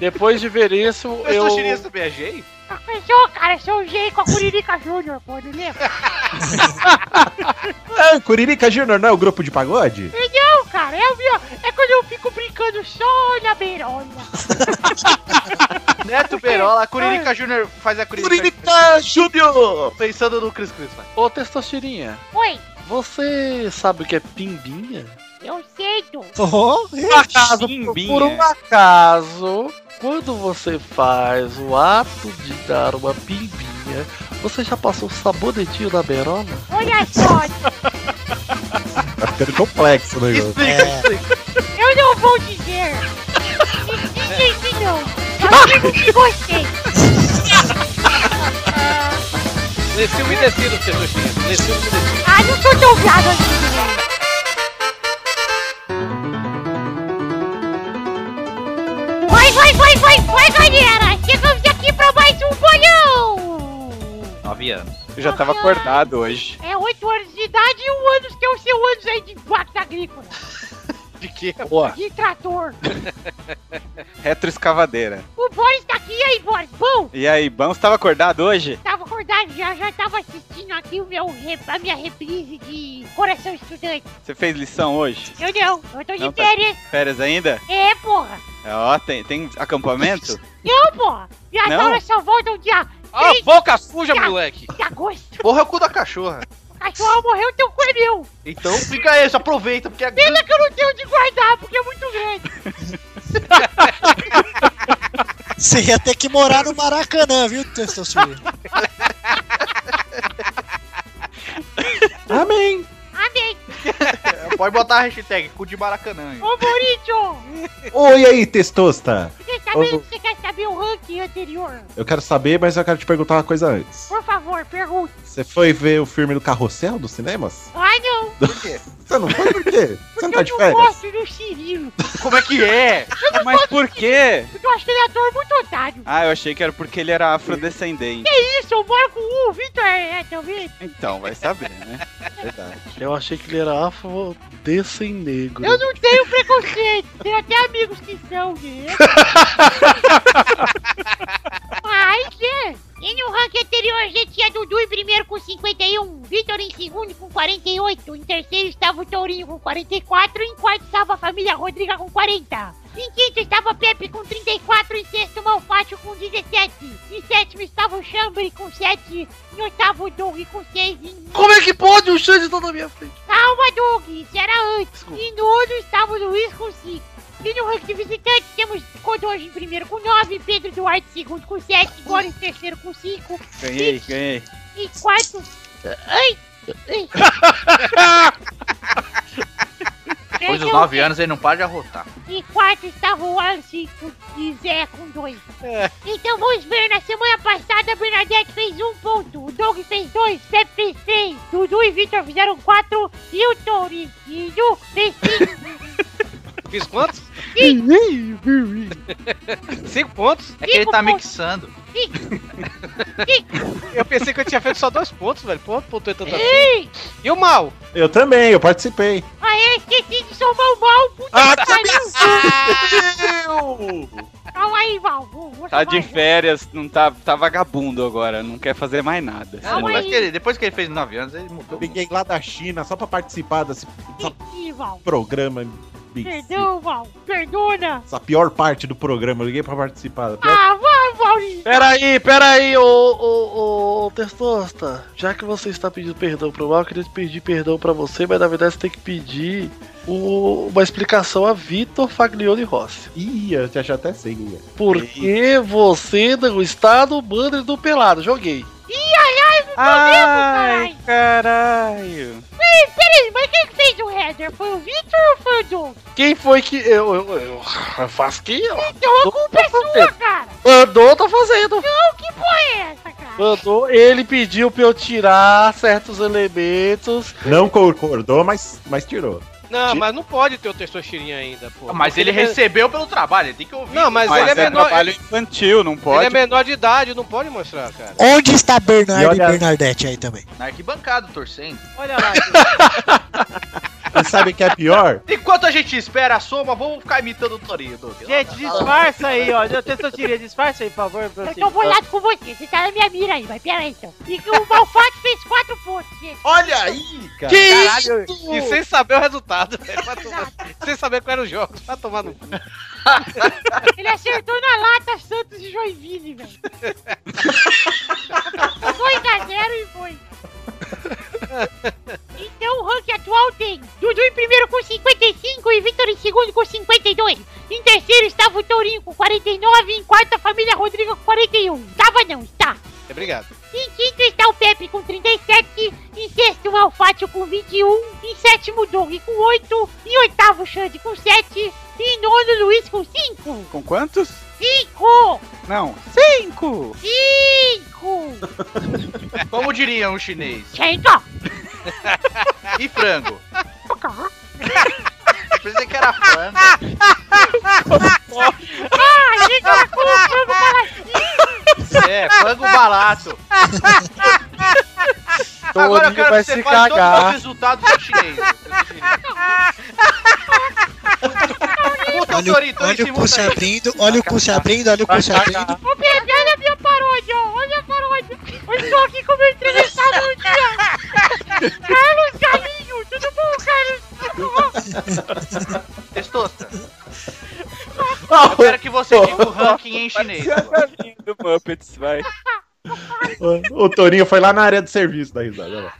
S9: Depois de ver isso, eu.
S7: também é gay?
S10: Fechou, cara, eu sou o Jay com a Curirica Júnior, pô, não lembra?
S8: Ah, Curirica Junior não é o grupo de pagode?
S10: Não, cara, é, o meu- é quando eu fico brincando só na beirola.
S7: Neto Perola, Curirica Júnior faz a Curirica.
S9: Curirica Júnior!
S7: Pensando no Cris Cris, vai.
S9: Ô, Testosterinha,
S10: Oi,
S9: você sabe o que é pimbinha?
S10: eu sei, do.
S4: Oh,
S9: Por um acaso,
S3: Pimbinha.
S9: por um acaso, quando você faz o ato de dar uma pimbinha, você já passou sabonetinho na berola?
S10: Olha só,
S8: Tá ficando complexo o negócio.
S7: Explica,
S4: é.
S10: eu não vou dizer. De, de jeito não. Eu digo que gostei.
S6: Desceu e descido, Testosteria. Desceu e descido.
S10: Ah, não sou tão viado assim, né? vai, vai, vai, vai, galera! Chegamos aqui pra mais um bolhão!
S7: Nove anos.
S3: Eu já
S7: Ah.
S3: tava acordado hoje.
S10: É 8 anos de idade e um ano que é o seu ano aí de impacto agrícola,
S6: [laughs] De quê?
S9: Boa.
S10: de trator.
S3: Retroescavadeira.
S10: O Boris tá aqui, e aí, Boris? Bom,
S3: E aí, Bans tava acordado hoje?
S10: tava acordado já, já tava assistindo aqui o meu, re- a minha reprise de Coração Estudante.
S3: Você fez lição hoje?
S10: Eu não, eu tô de
S3: Não, tá-
S10: férias.
S3: Férias ainda?
S10: É, porra.
S3: Ó, tem, tem
S6: [laughs]
S3: acampamento?
S10: Não, porra. Minhas
S3: Não? Ah,
S10: aulas só voltam dia
S6: Ó, a
S10: 3
S6: Ah, boca suja, moleque!
S10: de agosto.
S7: Porra, é o cu da cachorra.
S10: O cachorro morreu, teu cu é meu.
S7: Então fica aí, só aproveita, porque é
S10: Pena que eu não tenho de guardar, porque é muito grande. [laughs]
S4: Você ia ter que morar no Maracanã, viu, Testosterona?
S8: Amém!
S10: Amém.
S7: [laughs] Pode botar a hashtag cu de Maracanã. aí.
S10: Ô, Maurício,
S8: Oi aí, Testosta!
S10: você tá vendo
S8: Ô,
S10: que você quer saber o ranking anterior?
S8: Eu quero saber, mas eu quero te perguntar uma coisa antes.
S10: Por favor, pergunta.
S8: Você foi ver o filme do Carrossel dos cinemas?
S10: Ai, Ah, não.
S8: Você não foi por quê? Você não tá de
S10: Eu não
S8: férias?
S10: gosto do Cirilo.
S7: Como é que é?
S3: Mas por quê?
S10: Porque eu acho que ele é ator muito otário.
S3: Ah, eu achei que era porque ele era afrodescendente.
S10: Que isso, eu moro com o Vitor é, também.
S3: Então, vai saber, né? Verdade.
S9: Eu achei que ele era afrodescendente.
S10: Eu não tenho preconceito. Tenho até amigos que são, né? Mas, é. E no ranking anterior a gente tinha Dudu em primeiro com 51, Vitor em segundo com 48, em terceiro estava o Tourinho com 44, em quarto estava a família Rodriga com 40. Em quinto estava Pepe com 34, em sexto Malfátio com 17, em sétimo estava o Chambre com 7, em oitavo o Doug com 6, em
S9: Como é que pode? O Xande tá na minha frente.
S10: Calma, Doug, isso era antes. E no outro estava o Luiz com 5. E no ranking de visitantes temos Codojo em primeiro com 9, Pedro Duarte em segundo com 7, Boris em terceiro com 5
S3: Ganhei, ganhei.
S10: e quarto.
S6: É,
S7: [laughs]
S10: Ai! ai.
S7: Depois dos nove anos ele não para de arrotar.
S10: E quarto estava o Wallace e Zé com 2. Então vamos ver, na semana passada a Bernadette fez um ponto, o Doug fez dois, Pepe fez três, Dudu e Victor fizeram quatro e o Tourinho fez cinco.
S6: Fiz quantos? Cinco pontos?
S7: É que ele
S10: Cinco
S7: tá
S10: pontos.
S7: mixando.
S6: [laughs] Eu pensei que eu tinha feito só dois pontos, velho. Pô, pontuei tanto assim.
S10: Ei!
S6: E o mal?
S8: Eu também, eu participei.
S10: Aê, esqueci de somar o Val, puta ah, que pariu! [laughs] Calma aí, Val, vou, vou
S3: Tá
S10: somar
S3: de
S10: ele.
S3: férias, não tá, tá vagabundo agora, não quer fazer mais nada.
S10: Calma
S7: Depois
S10: aí.
S7: que, ele, depois que ele fez nove anos, ele mudou. muito.
S8: Liguei lá da China só pra participar desse
S10: Esqueci, Val.
S8: programa. imbecil.
S10: Perdão, Val. Perdona.
S8: Essa pior parte do programa, eu liguei pra participar. A pior
S10: Ah, vai, Valrinho.
S9: Peraí, peraí, ô, ô, ô, ô, Testosta. Já que você está pedindo perdão pro mal, eu queria pedir perdão pra você, mas na verdade você tem que pedir o- uma explicação a Vitor Faglione Rossi.
S8: Ih, eu te achei até sei. né?
S9: Por que você não está no banner do Pelado? Joguei.
S3: Ai, caralho.
S10: Ei, peraí, mas quem é que fez o header? Foi o Victor ou foi o Doug?
S9: Quem foi que. Eu, eu, eu, eu faço que eu.
S10: Então a culpa é
S9: Tô
S10: sua, cara.
S9: Mandou, tá fazendo.
S10: Não, que porra é essa, cara?
S9: Mandou, ele pediu pra eu tirar certos elementos.
S8: Não concordou, mas, mas tirou.
S6: Não,
S9: Ti-
S6: mas não pode ter o testosterinha ainda, pô. é
S7: Ah, Mas ele recebeu pelo trabalho, ele tem que ouvir.
S6: Não, mas,
S3: Mas
S6: ele é menor.
S3: trabalho
S6: ele-
S3: infantil, não
S6: Ele é
S3: pode.
S6: menor de idade, não pode mostrar, cara.
S4: Onde está Bernardo
S8: E
S4: e,
S8: olha-
S4: Bernadette aí também?
S7: Na arquibancada, torcendo.
S5: Olha lá, gente.
S8: E sabe o que é pior?
S7: [laughs] Enquanto a gente espera a soma, vamos ficar imitando o Torinho, Doug.
S5: gente, disfarça aí, ó. Testosteria, disfarça aí, por favor. pra
S10: Eu
S7: assim,
S5: você.
S10: tô bolado com você, você tá na minha mira aí, mas peraí então. E que o Malfatti fez quatro pontos, gente.
S7: Olha aí, cara.
S9: Que
S6: Caralho, e sem saber o resultado. [laughs] velho. Vai tomar- sem saber qual era o jogo. Vai tomar no cu.
S10: Ele acertou na lata Santos e Joinville, velho. 2x0 e foi. Então o ranking atual tem Dudu em primeiro com 55 e Vitor em segundo com 52. Em terceiro estava o Tourinho com 49 e em quarto a família Rodrigo com 41. Estava não, está.
S7: É,
S6: Obrigado.
S10: Em quinto está o Pepe com 37, em sexto o Malfátio com 21, em sétimo o Doug com 8, em oitavo o Xande com 7 e em nono o Luiz com 5.
S3: Com quantos?
S10: 5!
S3: Não, cinco.
S10: 5!
S7: Como diriam o chinês?
S10: Chega!
S7: E frango?
S10: Ai,
S7: Eu pensei que era frango.
S10: que
S7: É frango barato. Agora
S9: Torinho
S7: eu quero
S9: vai
S7: que você
S9: se
S7: fale todos os
S9: cagar.
S7: resultados do chinês.
S4: Olha,
S7: Puta, Torinho,
S4: o- olha o
S7: Torinho,
S4: cu se abrindo, olha o cu se abrindo, olha o cu se abrindo.
S10: Ô, Pedro, olha a é minha paródia, ó. Olha a paródia. Eu estou aqui com o meu entrevistado do dia. Carlos Galinho. Tudo bom, Carlos? Tudo bom?
S7: Testosta. Eu quero que você diga o ranking em chinês.
S3: um do Muppets, vai.
S8: O, o Torinho foi lá na área de serviço da risada. olha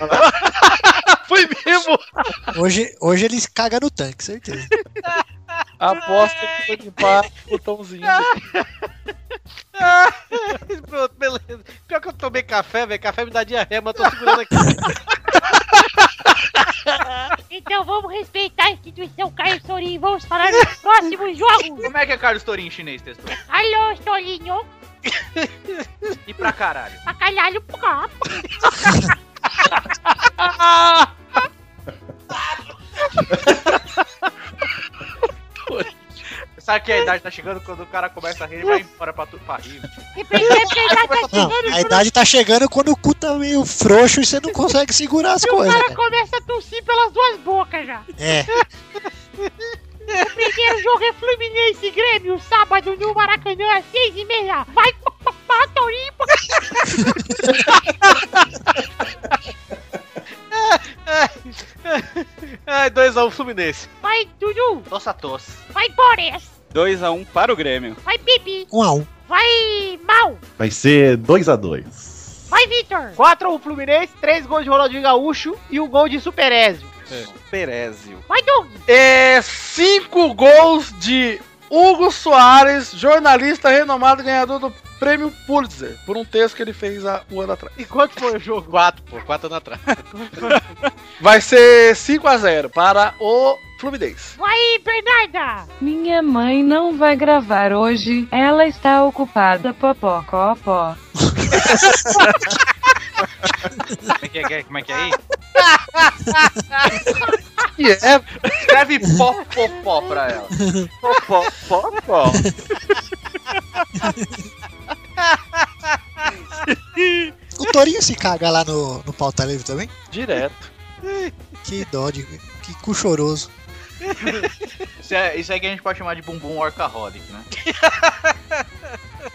S8: lá.
S9: [laughs]
S6: Foi mesmo!
S4: Hoje, hoje eles cagam no tanque, certeza.
S9: Aposto que foi de baixo o botãozinho.
S6: [laughs] Pronto, beleza. Pior que eu tomei café, velho. Café me dá diarreia, mas eu tô segurando aqui.
S10: Então vamos respeitar a instituição Caio Sorin. Vamos falar dos próximos jogos.
S7: Como é que é Carlos Torinho em chinês, Testosta?
S10: Alô, Solinho.
S7: E pra caralho?
S10: Pra caralho, pá.
S7: Sabe que a idade tá chegando quando o cara começa a rir e vai embora pra, tu, pra rir.
S10: Você percebe que a idade tá
S4: Não,
S10: chegando,
S4: a
S10: Bruno?
S4: idade tá chegando quando o cu tá meio frouxo e você não consegue segurar as
S10: E o
S4: coisas.
S10: cara
S4: cara.
S10: começa a tossir pelas duas bocas já.
S4: É,
S10: O [laughs] primeiro jogo é Fluminense e Grêmio, sábado no Maracanã, às seis e meia. Vai, papá,
S7: [laughs]
S10: Torinho.
S6: Ai, 2x1 Fluminense.
S10: Vai, Dudu.
S7: Nossa tosse.
S10: Vai, Boris.
S3: 2x1 para o Grêmio.
S10: Vai, Bibi.
S4: um a um.
S10: Vai, Mal.
S8: Vai ser 2x2.
S10: Vai, Vitor.
S5: 4 o Fluminense, 3 gols de Ronaldinho Gaúcho e um gol de Super Ezio.
S6: Perésio.
S10: Vai, Doug.
S9: É, cinco gols de Hugo Soares, jornalista renomado ganhador do prêmio Pulitzer, por um texto que ele fez há um ano atrás.
S5: E quanto foi o jogo?
S6: 4, pô. 4
S5: [laughs]
S6: anos atrás.
S9: Vai ser 5 a 0 para o Fluminense.
S10: Vai, Bernarda.
S11: Minha mãe não vai gravar hoje, ela está ocupada popocopó.
S7: Como é que é, como é que é aí?
S9: E é
S7: Escreve pó, pó, pó pra ela.
S3: Pó, pó, pó.
S4: O Torinho se caga lá no, no pauta livre também?
S9: direto.
S4: Que dó, de, que cu choroso.
S7: Isso, é, isso aí que a gente pode chamar de bumbum orcaholic, né?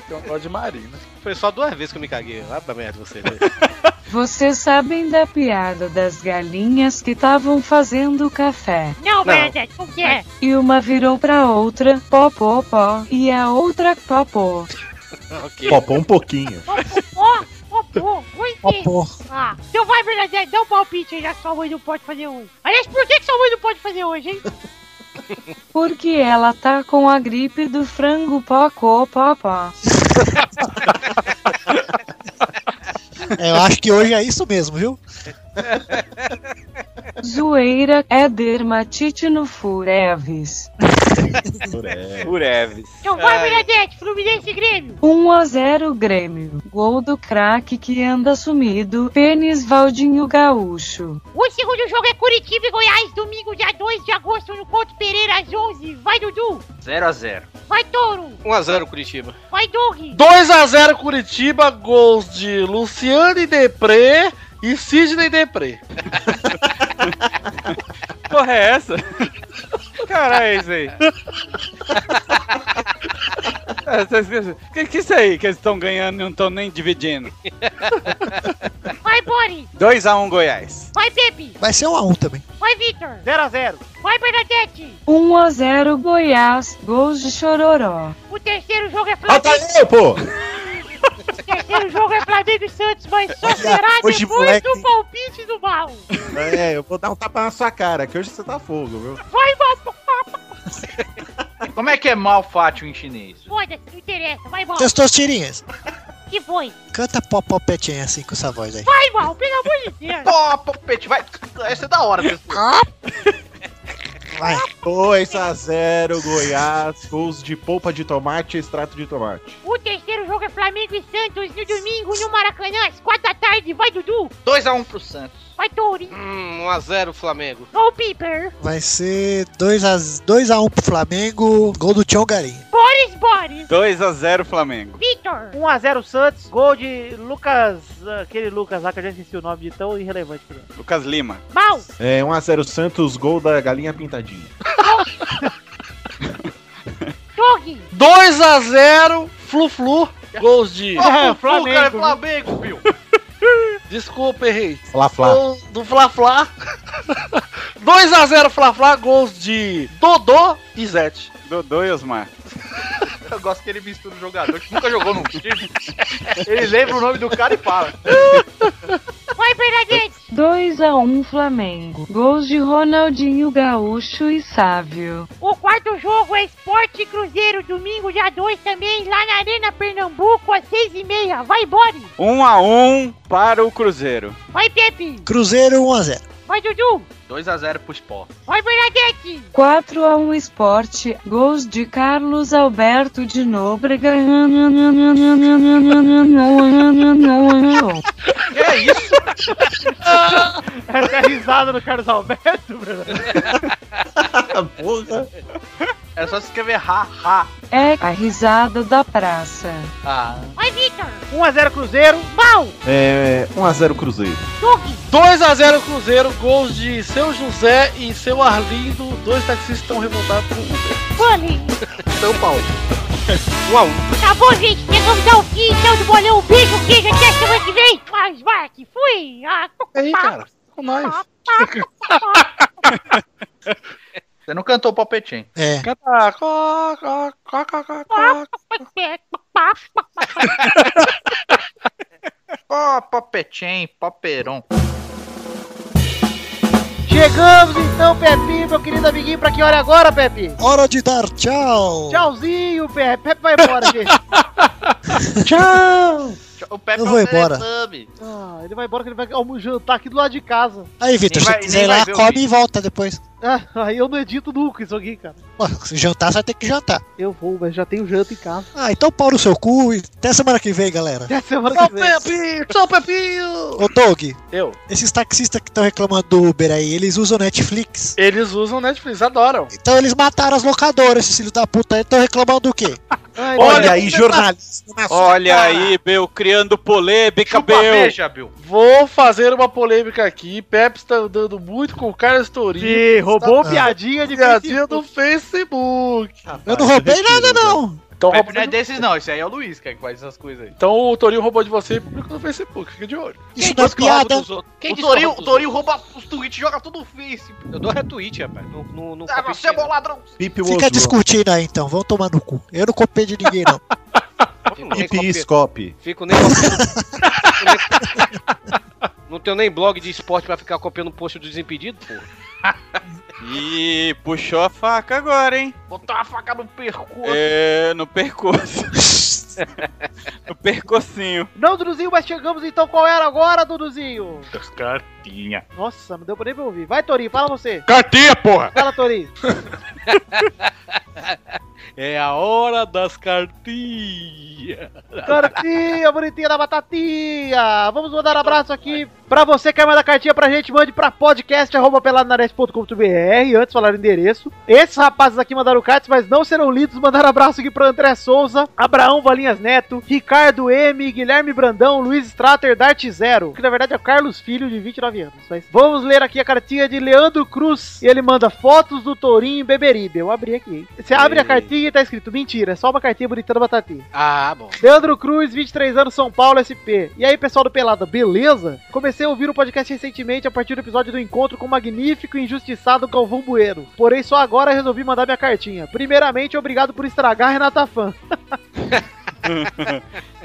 S9: Tem um gol de Marina.
S6: Foi só duas vezes que eu me caguei. Lá pra merda você.
S11: Vocês sabem da piada das galinhas que estavam fazendo café.
S10: Não, Bernarda, como que é?
S11: E uma virou pra outra, popopó, e a outra popô.
S6: ok.
S8: Popou um pouquinho.
S10: Popô, popô, vou
S4: Ó,
S10: entender.
S4: porra.
S10: Ah, então vai, Bernadette, dá um palpite aí, já que sua mãe não pode fazer hoje. Aliás, por que, que sua mãe não pode fazer hoje, hein?
S11: Porque ela tá com a gripe do frango pocopopó.
S4: É, eu acho que hoje é isso mesmo, viu?
S11: Zoeira é dermatite no fureves.
S8: Duré.
S3: Ureves.
S10: Então
S7: É.
S10: vai, Bernadette, Fluminense e Grêmio.
S11: 1 a 0 Grêmio. Gol do craque que anda sumido, Pênis Valdinho Gaúcho.
S10: O segundo jogo é Curitiba e Goiás, domingo, dia 2 de agosto, no Couto Pereira, às 11. Vai, Dudu.
S7: 0x0.
S10: Vai, Touro.
S6: 1x0 Curitiba.
S10: Vai, Doug.
S9: 2 a 0 Curitiba, gols de Luciane Depré e Sidney Depré.
S3: Que [laughs] porra é essa? Caralho, é isso [laughs] aí. Essas coisas- Que que é isso aí que eles estão ganhando e não estão nem dividindo?
S10: Vai, Boris.
S3: 2x1 Goiás.
S10: Vai, Bebe.
S4: Vai ser um a um também.
S10: Vai, Vitor.
S5: 0x0.
S10: Vai, Bernadette.
S11: 1 a 0 Goiás, gols de Chororó.
S10: O terceiro jogo é
S4: Ah, tá
S8: Falta
S10: Flamengo.
S8: eu, pô!
S10: O terceiro jogo é Flamengo e Santos, mas só será
S4: Hoje,
S10: depois
S4: moleque.
S10: do palpite do mal.
S8: É, eu vou dar um tapa na sua cara, que hoje você tá fogo, viu?
S10: Vai, mal.
S7: Como é que é malfátio em chinês?
S10: Foda-se, não interessa. Vai, mal.
S4: Testostirinhas,
S10: Que foi?
S4: canta popó petinha assim com essa voz aí.
S10: Vai, mal. Pelo amor de Deus.
S7: Pó, popete, vai. Essa é da hora, pessoal.
S4: Vai.
S8: 2x0 Goiás, gols de polpa de tomate e extrato de tomate.
S10: O terceiro jogo é Flamengo e Santos no domingo no Maracanã, às quatro da tarde. Vai, Dudu.
S7: 2x1 pro Santos. um
S10: Vai, Touri.
S6: Hum, 1x0 Flamengo.
S10: Vai, o Piper.
S4: Vai ser 2 a 2 a 1 pro um Flamengo, gol do Tião Garim.
S10: Vai, Boris Boris.
S3: 2x0 Flamengo.
S10: Vitor.
S5: 1x0 Santos, gol de Lucas, aquele Lucas lá que eu já esqueci o nome de tão irrelevante. que ele é.
S3: Lucas Lima.
S10: Mal.
S8: É, 1x0 Santos, gol da Galinha Pintadinha.
S10: Tog.
S9: 2x0, Flu-Flu. Gols de.
S5: É,
S7: Pô, cara, é
S5: Flamengo. viu?
S7: Flamengo, Bill.
S9: Desculpa, errei.
S8: Fla Fla.
S9: Gol do Fla-Fla. [laughs] 2x0, Fla-Fla. Gols de Dodô e Zete.
S3: Dodô e Osmar.
S7: Eu gosto que ele mistura o jogador que nunca jogou num time. Ele lembra o nome do cara e fala.
S10: Vai, Bernadette.
S11: 2 a 1 Flamengo. Gols de Ronaldinho Gaúcho e Sávio.
S10: O quarto jogo é Esporte e Cruzeiro, domingo, dia 2 também, lá na Arena Pernambuco, às 6 e meia. Vai, Boris.
S3: 1x1 para o Cruzeiro.
S10: Vai, Pepe.
S4: Cruzeiro 1x0.
S10: Vai, Dudu.
S7: 2x0 pro Sport.
S10: Vai, Bernadette.
S11: 4 a 1 Esporte. Gols de Carlos Alberto de Nóbrega. [laughs]
S5: Essa é a risada do Carlos Alberto, Bruno.
S7: É só se escrever ha-ha.
S11: É a risada da praça.
S10: Vai, Vitor.
S5: 1x0 Cruzeiro,
S10: Mal.
S8: É, 1x0 Cruzeiro.
S10: Tog.
S9: 2x0 Cruzeiro, gols de seu José e seu Arlindo. Dois taxistas estão revoltados com o Cruzeiro.
S4: [laughs]
S10: Vôlei.
S9: São Paulo.
S4: Um
S10: Tá bom, gente. Chegamos ao fim, então, do bolão. Um beijo, queijo. Até semana que vem. Mas, vai, que fui. Ah,
S9: É aí, cara. É nóis.
S7: Você não cantou o palpetinho.
S4: É.
S9: Canta. Có, có, có, có, có, có.
S7: Ó, palpetinho, paperon.
S5: Chegamos então, Pepe, meu querido amiguinho, pra que hora agora, Pepe?
S4: Hora de dar tchau.
S5: Tchauzinho, Pepe. Pepe vai embora, gente.
S7: O
S4: [laughs]
S7: Pepe
S4: Eu
S7: é um
S4: vou embora.
S7: teletubby.
S5: Ah, ele vai embora que ele vai almo- jantar aqui do lado de casa.
S4: Aí, Vitor,
S7: Nem
S4: se
S7: vai-
S4: quiser
S7: nem
S4: ir
S7: vai
S4: lá,
S7: ver o
S4: come e
S7: vídeo.
S4: volta depois.
S5: Ah, aí eu não edito nunca isso aqui, cara.
S4: Pô, se jantar, você vai ter que jantar.
S5: Eu vou, mas já tenho janta em casa.
S4: Ah, então pau o seu cu e até semana que vem, galera.
S5: Até semana
S9: São
S5: que vem.
S9: Pepe! São Pepinho!
S4: Ô, Doug,
S9: Eu.
S4: esses taxistas que estão reclamando do Uber aí, eles usam Netflix?
S9: Eles usam Netflix, adoram.
S4: Então eles mataram as locadoras, esses filhos da puta aí. Estão reclamando do
S7: [laughs]
S4: quê?
S5: Ai,
S8: Olha
S5: meu-
S8: aí, jornalista.
S4: na sua
S3: Olha
S4: cara.
S3: aí, Bel, criando polêmica,
S7: Chupa
S3: Bel.
S7: beija, Bill.
S9: Vou fazer uma polêmica aqui. Pepe está andando muito com o Carlos Torino.
S5: Ih, roubou
S4: Ah.
S5: piadinha de
S9: Piadinha do Facebook.
S4: Eu não roubei nada, não.
S9: Então,
S7: O Pepe
S9: roubou
S7: não é
S9: de-
S7: desses, não. Esse aí é o Luiz que faz essas coisas aí.
S9: então o Torinho roubou de você e publicou no Facebook. Fica de olho.
S4: Isso não é
S6: que eu roubo
S4: piada.
S6: dos outros? Quem
S7: o
S6: disse que eu
S7: Torinho,
S6: roubo
S7: o
S6: dos outros?
S7: Torinho rouba os tweets, joga tudo no Face.
S6: Eu dou retweet, rapaz. No, no, no
S7: Ah, você é bom ladrão.
S8: Pipe
S4: Fica
S8: Wozlow.
S4: discutindo aí, então. Vão tomar no cu. Eu não copiei de ninguém, não.
S6: Fico nem
S8: Pipe
S6: copi-
S8: e Scope.
S6: Fico nem copiando. Não tenho nem blog de esporte pra ficar copiando o post do Desimpedido, [laughs] pô.
S3: Ih, puxou a faca agora, hein?
S7: Botou uma faca no percurso.
S3: É, no percurso. [laughs] no percocinho.
S5: Não, Duduzinho, mas chegamos então. Qual era agora, Duduzinho?
S1: Cartinha.
S5: Nossa, não deu pra nem pra ouvir. Vai, Torinho, fala você.
S1: Cartinha, porra!
S5: Fala,
S1: [laughs]
S5: Torinho.
S6: É a hora das cartinhas.
S5: Cartinha, bonitinha da batatinha. Vamos mandar abraço aqui pra você que quer mandar cartinha pra gente. Mande pra podcast.peladonarete.com.br. Antes, falar o endereço. Esses rapazes aqui mandaram cartas, mas não serão lidos. Mandaram abraço aqui pra André Souza, Abraão Valinhas Neto, Ricardo M, Guilherme Brandão, Luiz Strater, Dart Zero. Que na verdade é o Carlos Filho, de 29 anos. Mas vamos ler aqui a cartinha de Leandro Cruz. E ele manda fotos do Tourinho em Beberibe. Eu abri aqui, hein? Você abre a
S6: Ei.
S5: cartinha e tá escrito: mentira, é só uma cartinha bonita da batatinha.
S6: Ah, bom.
S5: Leandro Cruz, 23 anos, São Paulo, SP. E aí, pessoal do Pelada, beleza? Comecei a ouvir o podcast recentemente a partir do episódio do encontro com o magnífico e injustiçado Galvão Bueno. Porém, só agora resolvi mandar minha cartinha. Primeiramente, obrigado por estragar a Renata Fã.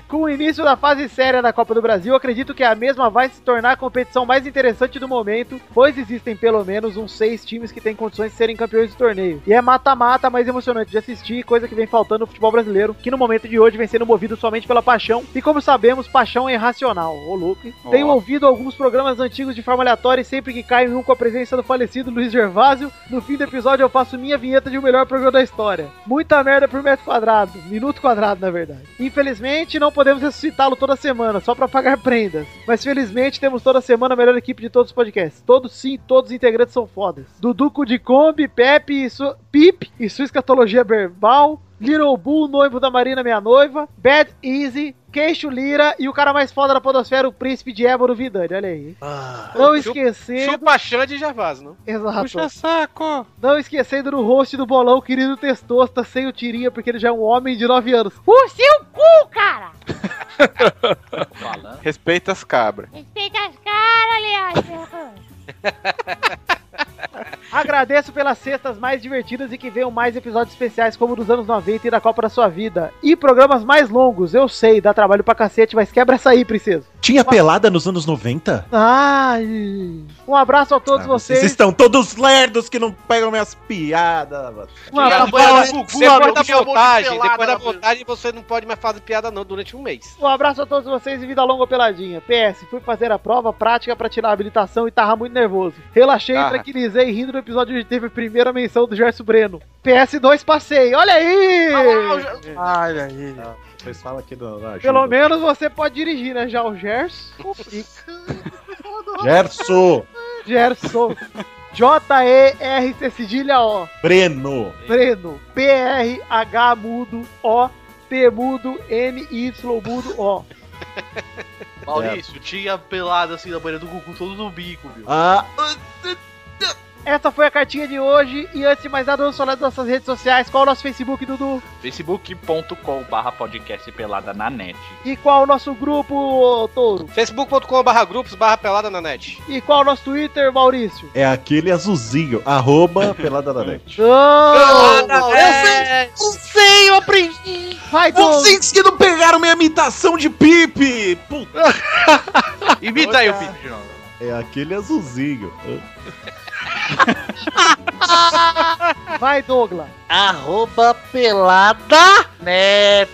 S5: Com o início da fase séria da Copa do Brasil, acredito que a mesma vai se tornar a competição mais interessante do momento, pois existem pelo menos uns seis times que têm condições de serem campeões do torneio. E é mata-mata mais emocionante de assistir, coisa que vem faltando no futebol brasileiro, que no momento de hoje vem sendo movido somente pela paixão. E como sabemos, paixão é irracional. Ô, louco. hein? Tenho
S3: Ó.
S5: ouvido alguns programas antigos de forma aleatória e sempre que caio em um com a presença do falecido Luiz Gervásio, no fim do episódio eu faço minha vinheta de o melhor programa da história. Muita merda por metro quadrado. Minuto quadrado, na verdade. Infelizmente, não podemos ressuscitá-lo toda semana, só pra pagar prendas. Mas felizmente temos toda semana a melhor equipe de todos os podcasts. Todos sim, todos os integrantes são fodas. Duduco de Kombi, Pepe e sua. Pip e sua escatologia verbal. Little Bull, noivo da Marina, minha noiva, Bad Easy, Queixo Lira e o cara mais foda da podosfera, o príncipe de Éboro Vidani, olha aí. Não esquecendo...
S6: Ah, Chupa Xande e Gervásio, não?
S5: Exato.
S6: Puxa saco!
S5: Não esquecendo do host do bolão, o querido Testosta, sem o tirinha, porque ele já é um homem de 9 anos. O seu cu, cara!
S3: [laughs] Respeita as cabras.
S10: Respeita as caras, aliás.
S5: Agradeço pelas cestas mais divertidas e que venham mais episódios especiais como o dos anos 90 e da Copa da Sua Vida. E programas mais longos, eu sei, dá trabalho pra cacete, mas quebra essa aí, princesa.
S8: Tinha pelada nos anos 90?
S5: Ai! Um abraço a todos vocês.
S8: Ah, Vocês estão todos lerdos que não pegam minhas piadas. mano.
S5: Um abraço,
S6: Depois da montagem, depois da montagem você não pode mais fazer piada não durante um mês.
S5: um abraço a todos vocês e vida longa ou peladinha. PS, fui fazer a prova prática pra tirar a habilitação e tava muito nervoso. Relaxei e
S8: Ah.
S6: Tava.
S5: tranquilizei rindo do episódio onde teve a primeira menção do Gerson Breno. PS2 passei, olha aí!
S9: Olha aí.
S8: Ah, Vocês falam aqui do. da
S5: Pelo
S8: ajuda.
S5: menos você pode dirigir, né? Já o Gerson.
S8: Gerson
S5: Gerson. J-E-R-C cedilha O.
S8: Breno.
S5: Breno. P-R-H mudo O. T mudo N-Y mudo O.
S7: Maurício, tinha pelada assim na banheira do Gugu todo no bico, viu?
S8: Ah,
S5: Essa foi a cartinha de hoje. E antes de mais nada, vamos falar das nossas redes sociais. Qual é o nosso Facebook, Dudu?
S12: facebook.com podcast pelada na
S7: [laughs]
S12: net.
S5: E qual é o nosso grupo, ô, Touro?
S6: facebook.com barra grupos barra pelada na net.
S5: E qual é o nosso Twitter, Maurício?
S8: é aquele azulzinho. Arroba pelada da net. Ah,
S5: Não!
S4: Eu sei, eu aprendi.
S5: Vai, Touro!
S8: Vocês que não pegaram minha imitação de pipe!
S6: [laughs]
S8: Puta.
S7: Imita aí o Pipe de novo.
S8: É aquele azulzinho.
S5: [laughs] Vai, Douglas!
S9: Arroba pelada net.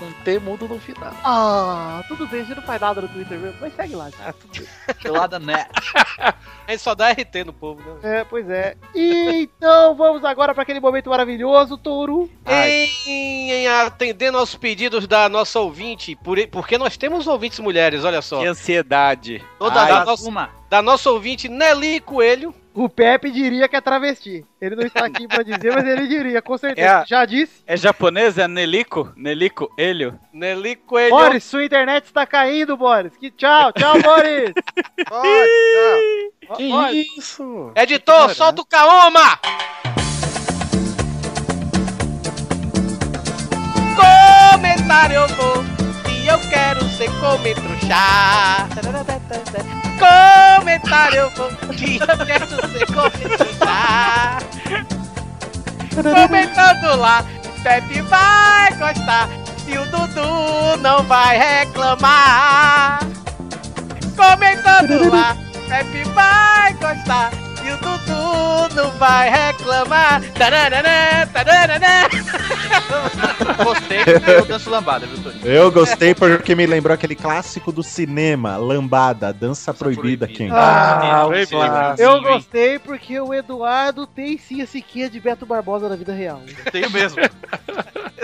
S9: Com T mudo no final.
S5: Ah, tudo bem, a gente não faz nada no Twitter mesmo, mas segue lá.
S6: Ah,
S12: Pelada net.
S6: [laughs] A gente só dá RT no povo, né?
S5: É, pois é. E então vamos agora para aquele momento maravilhoso, Touro.
S6: Em, em atendendo aos pedidos da nossa ouvinte, por- porque nós temos ouvintes mulheres, olha só.
S3: Que ansiedade.
S6: Toda
S3: Ai,
S6: da, nossa, da nossa ouvinte Nelly Coelho.
S5: O Pepe diria que é travesti. Ele não está aqui para dizer, mas ele diria, com certeza.
S3: É a-
S5: Já disse.
S3: É japonês? É Nelico? Nelico? Elio?
S6: Nelly Coelho.
S5: Boris, sua internet está caindo, Boris. Que tchau, tchau,
S6: [laughs]
S5: Boris.
S9: Que
S5: Ó, Boris.
S9: isso?
S6: Editor, solta o Kaoma! Comentário bom, e eu quero ser comentruxá. Comentário bom, e eu quero ser comentruxá. Comentando lá, Pepe vai gostar, e o Dudu não vai reclamar. Comentando lá, Pepe vai gostar. E o Dudu não vai reclamar. Tarararã, tarararã.
S7: Gostei que ganhou dança lambada, viu, Tony?
S8: Eu gostei porque me lembrou aquele clássico do cinema, Lambada, Dança Proibida,
S12: Proibida.
S8: quem?
S5: Ah,
S12: Foi
S5: Claro.
S12: clássico,
S5: eu
S12: hein?
S5: gostei porque o Eduardo tem sim a siquinha de Beto Barbosa na vida real.
S7: Tenho mesmo.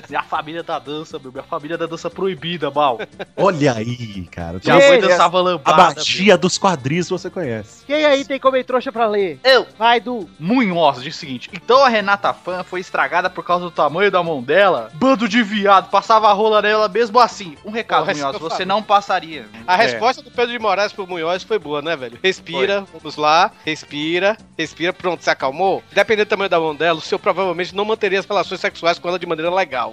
S7: Minha família da dança, meu. Minha família da dança proibida, mal.
S8: Olha aí, cara.
S7: Minha
S5: Ei,
S7: mãe
S5: essa-
S7: dançava
S8: A
S7: lambada.
S8: batia dos quadris você conhece.
S5: Quem aí tem comentrouxa pra ler?
S7: Eu.
S5: Vai, Du.
S7: Munhoz diz o seguinte: Então a Renata Fan foi estragada por causa do tamanho da mão dela? Bando de viado, passava a rola nela mesmo assim. Um recado,
S6: Porra, isso
S7: Munhoz,
S6: que eu
S7: você
S6: falo.
S7: não passaria. É.
S8: É.
S6: A resposta do Pedro de Moraes pro Munhoz foi boa, né, velho? Respira, vamos lá, respira, respira, pronto, se acalmou. Dependendo do tamanho da mão dela, o senhor provavelmente não manteria as relações sexuais com ela de maneira legal.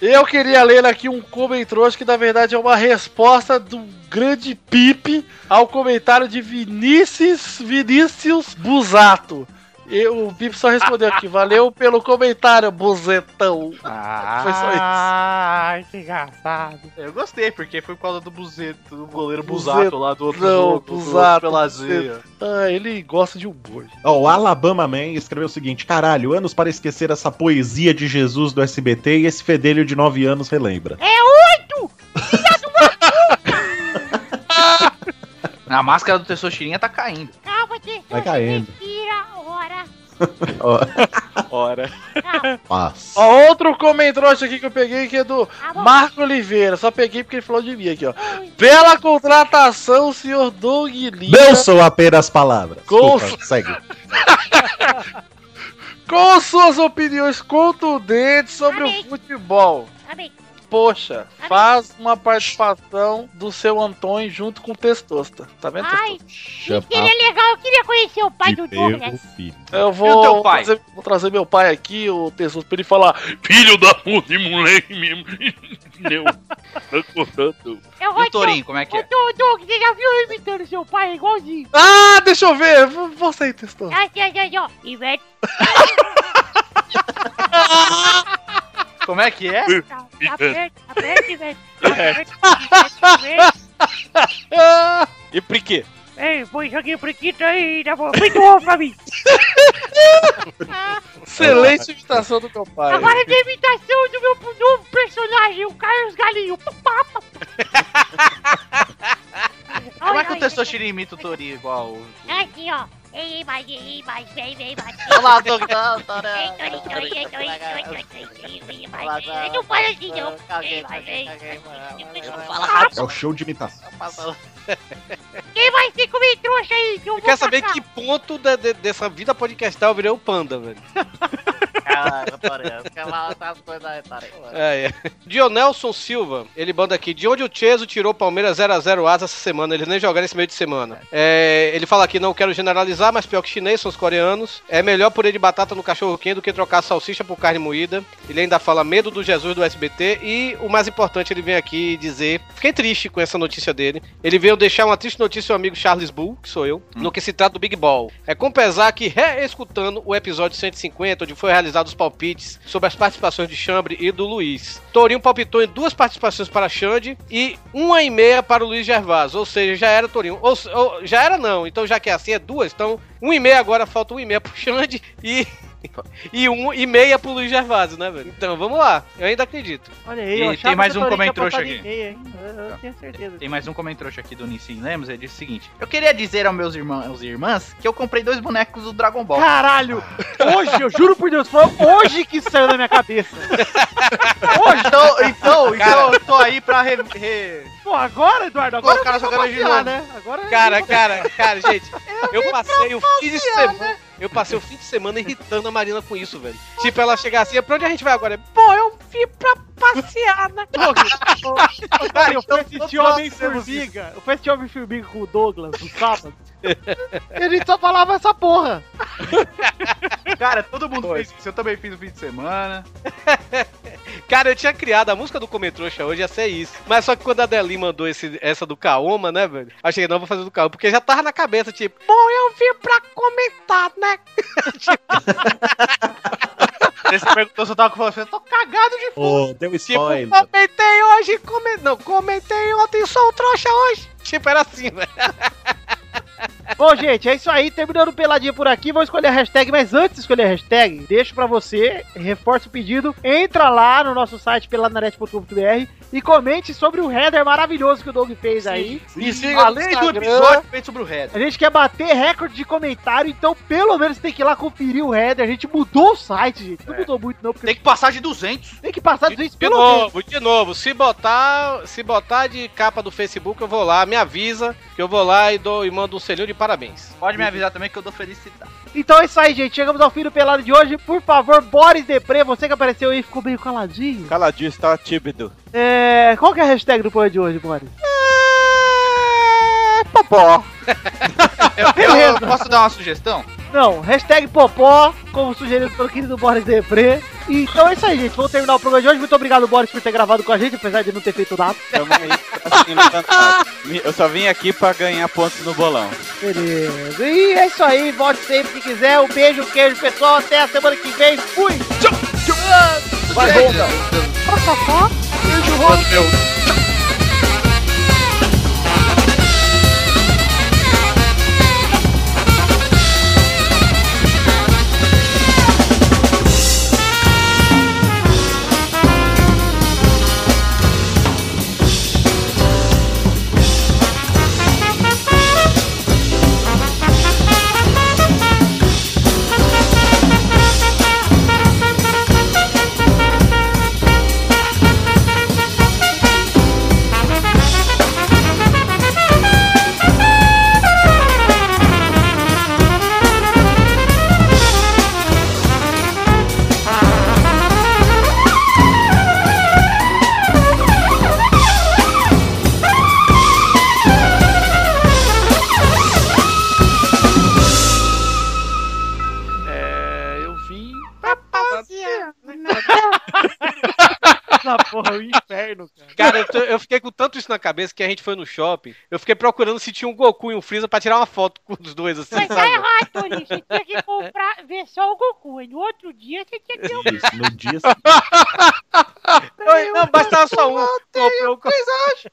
S9: Eu queria ler aqui um comentário que na verdade é uma resposta do grande Pipe ao comentário de Vinícius Vinícius Buzato. E o Pipe só respondeu aqui, valeu pelo comentário, buzetão.
S6: Ah,
S7: Ah,
S9: Foi só isso.
S5: Ai, que engraçado.
S7: Eu gostei, porque foi por causa do buzeto, do goleiro
S9: Buzeto.
S7: buzato lá do outro
S9: Não,
S7: jogo, do outro
S9: buzato,
S7: Pelazinho.
S9: Ah, ele gosta de humor.
S8: Ó, o Alabama Man escreveu o seguinte: caralho, anos para esquecer essa poesia de Jesus do SBT e esse fedelho de 9 anos relembra.
S10: É
S7: A máscara do Tessoxirinha tá caindo.
S10: Calma, que
S8: Vai caindo.
S10: Respira, ora.
S8: [laughs] Ó,
S3: Ora.
S10: Calma.
S8: passa.
S9: Ó, outro comentário aqui que eu peguei que é do
S10: Tá bom.
S9: Marco Oliveira. Só peguei porque ele falou de mim aqui, ó. Bela contratação, senhor Doug Lira.
S8: Não sou apenas palavras.
S9: Gol.
S8: Desculpa, segue.
S9: com suas opiniões contundentes sobre o futebol.
S10: Amém.
S9: Poxa, faz uma participação do seu Antônio junto com o Testosta. Tá vendo?
S10: Ai,
S9: Testosta?
S10: seria legal, eu queria conhecer o pai do Douglas.
S9: Eu
S10: E o
S9: vou,
S10: teu pai?
S9: Trazer, vou trazer meu pai aqui, o Testosta, pra ele falar: Filho da puta, e moleque mesmo. [laughs] Meu, tá cortando.
S10: Eu vou
S9: E o Torinho,
S10: te-
S9: como é que é?
S10: O Doug- Doug, você já viu eu imitando seu pai igualzinho?
S9: Ah, deixa eu ver. v- Você aí, Testosta.
S10: Ah, já, já, já.
S9: [laughs]
S10: Ivete.
S7: Como é que é?
S10: tá
S7: [laughs]
S10: Aperta, aperta,
S9: [laughs]
S10: Ivete.
S3: E por quê?
S10: Ei, põe isso aqui friquito aí, dá bom. Muito bom pra mim.
S9: Excelente imitação do teu pai.
S10: Agora tem a imitação do meu novo personagem, o Carlos Galinho. Papapa.
S7: [laughs] Como é que o Testosterina imita o Torinho igual? o-
S10: É assim, ó. Ei, ei, mais, ei, ei, mais, vem, vem, mais.
S7: Olha lá, Doug, tá- tá, né?
S10: Ei, Torinho, Torinho, ei, Torinho, Torinho, Torinho, ei, ei, mais, ei,
S7: tá.
S10: ei. Não fala assim, não. Ei, mais, ei, ei, mais.
S8: [laughs] É o show de imitação.
S6: Tá
S10: Quem vai se comer trouxa aí? Que eu
S6: [laughs] Eu
S10: vou
S6: quero saber
S10: passar?
S6: que ponto da- de- dessa vida podcastal eu virei o panda, velho.
S7: Ah,
S13: Caralho, Toré, fica lá
S7: tá
S13: essas coisas aí, Toré.
S6: É, [laughs] é. Dionelson Silva, ele manda aqui. De onde o Cheso tirou o Palmeiras 0x0 asa essa semana? Eles nem jogaram esse meio de semana. É, ele fala aqui, não quero generalizar, mas pior que chinês são os coreanos. É melhor purê de batata no cachorro quente do que trocar salsicha por carne moída. Ele ainda fala medo do Jesus do SBT. E o mais importante, ele vem aqui dizer... Fiquei triste com essa notícia dele. Ele veio deixar uma triste notícia ao amigo Charles Bull, que sou eu, no que se trata do Big Ball. É com pesar que, reescutando o episódio 150, onde foi realizados os palpites sobre as participações de Chambre e do Luiz, Torinho palpitou em duas participações para Xande e uma e meia para o Luiz Gervásio, ou seja, já era Torinho. Ou, se- ou- já era não, então já que é assim, é duas, então um e meia agora, falta um e meia pro [laughs] Xande e... E um e meia pro Luiz Gervásio, né, velho? Então, vamos lá. Eu ainda acredito.
S5: Olha
S12: E
S5: eu
S12: tem
S5: achava
S12: mais
S5: que
S12: um
S5: o Torinho tinha
S12: comentrouxa
S5: botado
S12: aqui.
S5: e-mail, hein? Eu, eu tinha certeza.
S12: Tem mais um comentrouxa aqui do Nissin Lemos, ele disse o seguinte: Eu queria dizer aos meus irmãos e irmãs que eu comprei dois bonecos do Dragon Ball. [laughs]
S5: Caralho! Hoje, eu juro por Deus, foi hoje que isso saiu da minha cabeça.
S7: Hoje, então, então, então eu tô aí pra re... re...
S5: Pô, agora, Eduardo, agora
S7: Pô, o cara
S5: eu vou
S7: jogando
S5: compartilhar,
S7: Gilane.
S5: né? Agora
S6: Cara, cara, cara, gente, é [laughs] eu, passei o fim de
S5: passear,
S6: semana. Eu passei o fim de semana irritando a Marina com isso, velho. Tipo, ela chegar assim, pra onde a gente vai agora? Pô, eu vim pra passear, [laughs] né?
S5: Cara, eu
S7: Então,
S5: fui assistir Homem
S6: fazemos
S5: Formiga. Eu fui assistir Homem Formiga com o Douglas no sábado. e a gente só falava essa porra.
S7: Cara, todo mundo fez isso. Eu também fiz o fim de semana.
S6: Cara, eu tinha criado a música do Cometrouxa hoje, ia ser isso. Mas só que quando a Deli mandou esse- essa do Kaoma, né, velho? Achei, não, vou fazer do Kaoma, porque já tava na cabeça, tipo, pô, eu vim pra comentar, né?
S7: Aí Você perguntou se eu tava com você. Eu tô
S6: Cagado de
S8: Pô,
S5: Tipo,
S8: deu spoiler.
S6: Comentei hoje, come... não, comentei ontem, sou um trouxa hoje. Tipo, era assim, velho.
S5: né? [laughs] Bom, gente, é isso aí. Terminando o peladinha por aqui, vou escolher a hashtag, mas antes de escolher a hashtag, deixo pra você, reforço o pedido, entra lá no nosso site peladanet.com.br e comente sobre o header maravilhoso que o Doug fez aí.
S7: Me siga no Além do episódio feito sobre o Red.
S5: A gente quer bater recorde de comentário, então pelo menos tem que ir lá conferir o header. A gente mudou o site, gente. Não mudou muito, não. Porque
S7: É. Tem que passar de 200.
S5: Tem que passar 200
S6: De
S5: pelo menos.
S6: novo, de novo, se botar, se botar de capa do Facebook, eu vou lá, me avisa que eu vou lá e dou e mando um selinho de parabéns.
S7: Pode me avisar também que eu dou felicidade.
S5: Então é isso aí, gente. Chegamos ao fim do pelado de hoje. Por favor, Boris Depré, você que apareceu aí ficou meio caladinho.
S3: Caladinho está tímido.
S5: É, qual que é a hashtag do programa de hoje, Boris? É... Popó.
S7: [laughs] Eu, eu posso dar uma sugestão?
S5: Não, hashtag Popó, como sugerido pelo querido Boris Depré. E Então é isso aí, gente. Vamos terminar o programa de hoje. Muito obrigado, Boris, por ter gravado com a gente, apesar de não ter feito nada.
S3: Tamo aí, assim, levantado. Eu só vim aqui pra ganhar pontos no bolão.
S5: Beleza. E é isso aí. Volte sempre que quiser. Um beijo, um queijo, pessoal. Até a semana que vem. Fui! Tchau! tchau.
S7: Vai, Ronda.
S5: Popó. Beijo, Ronda.
S1: Thank you.
S5: Essa porra é o inferno, cara.
S6: Cara, eu, tô- eu fiquei com tanto isso na cabeça que a gente foi no shopping. Eu fiquei procurando se tinha um Goku e um Freeza pra tirar uma foto com os dois, assim,
S10: Mas tá
S6: sabe?
S10: errado, Tony. Você tinha que comprar, ver só o Goku. E no outro dia você tinha que ter um.
S8: Isso,
S6: [laughs]
S8: no dia
S6: Não, bastava só um. Comprou o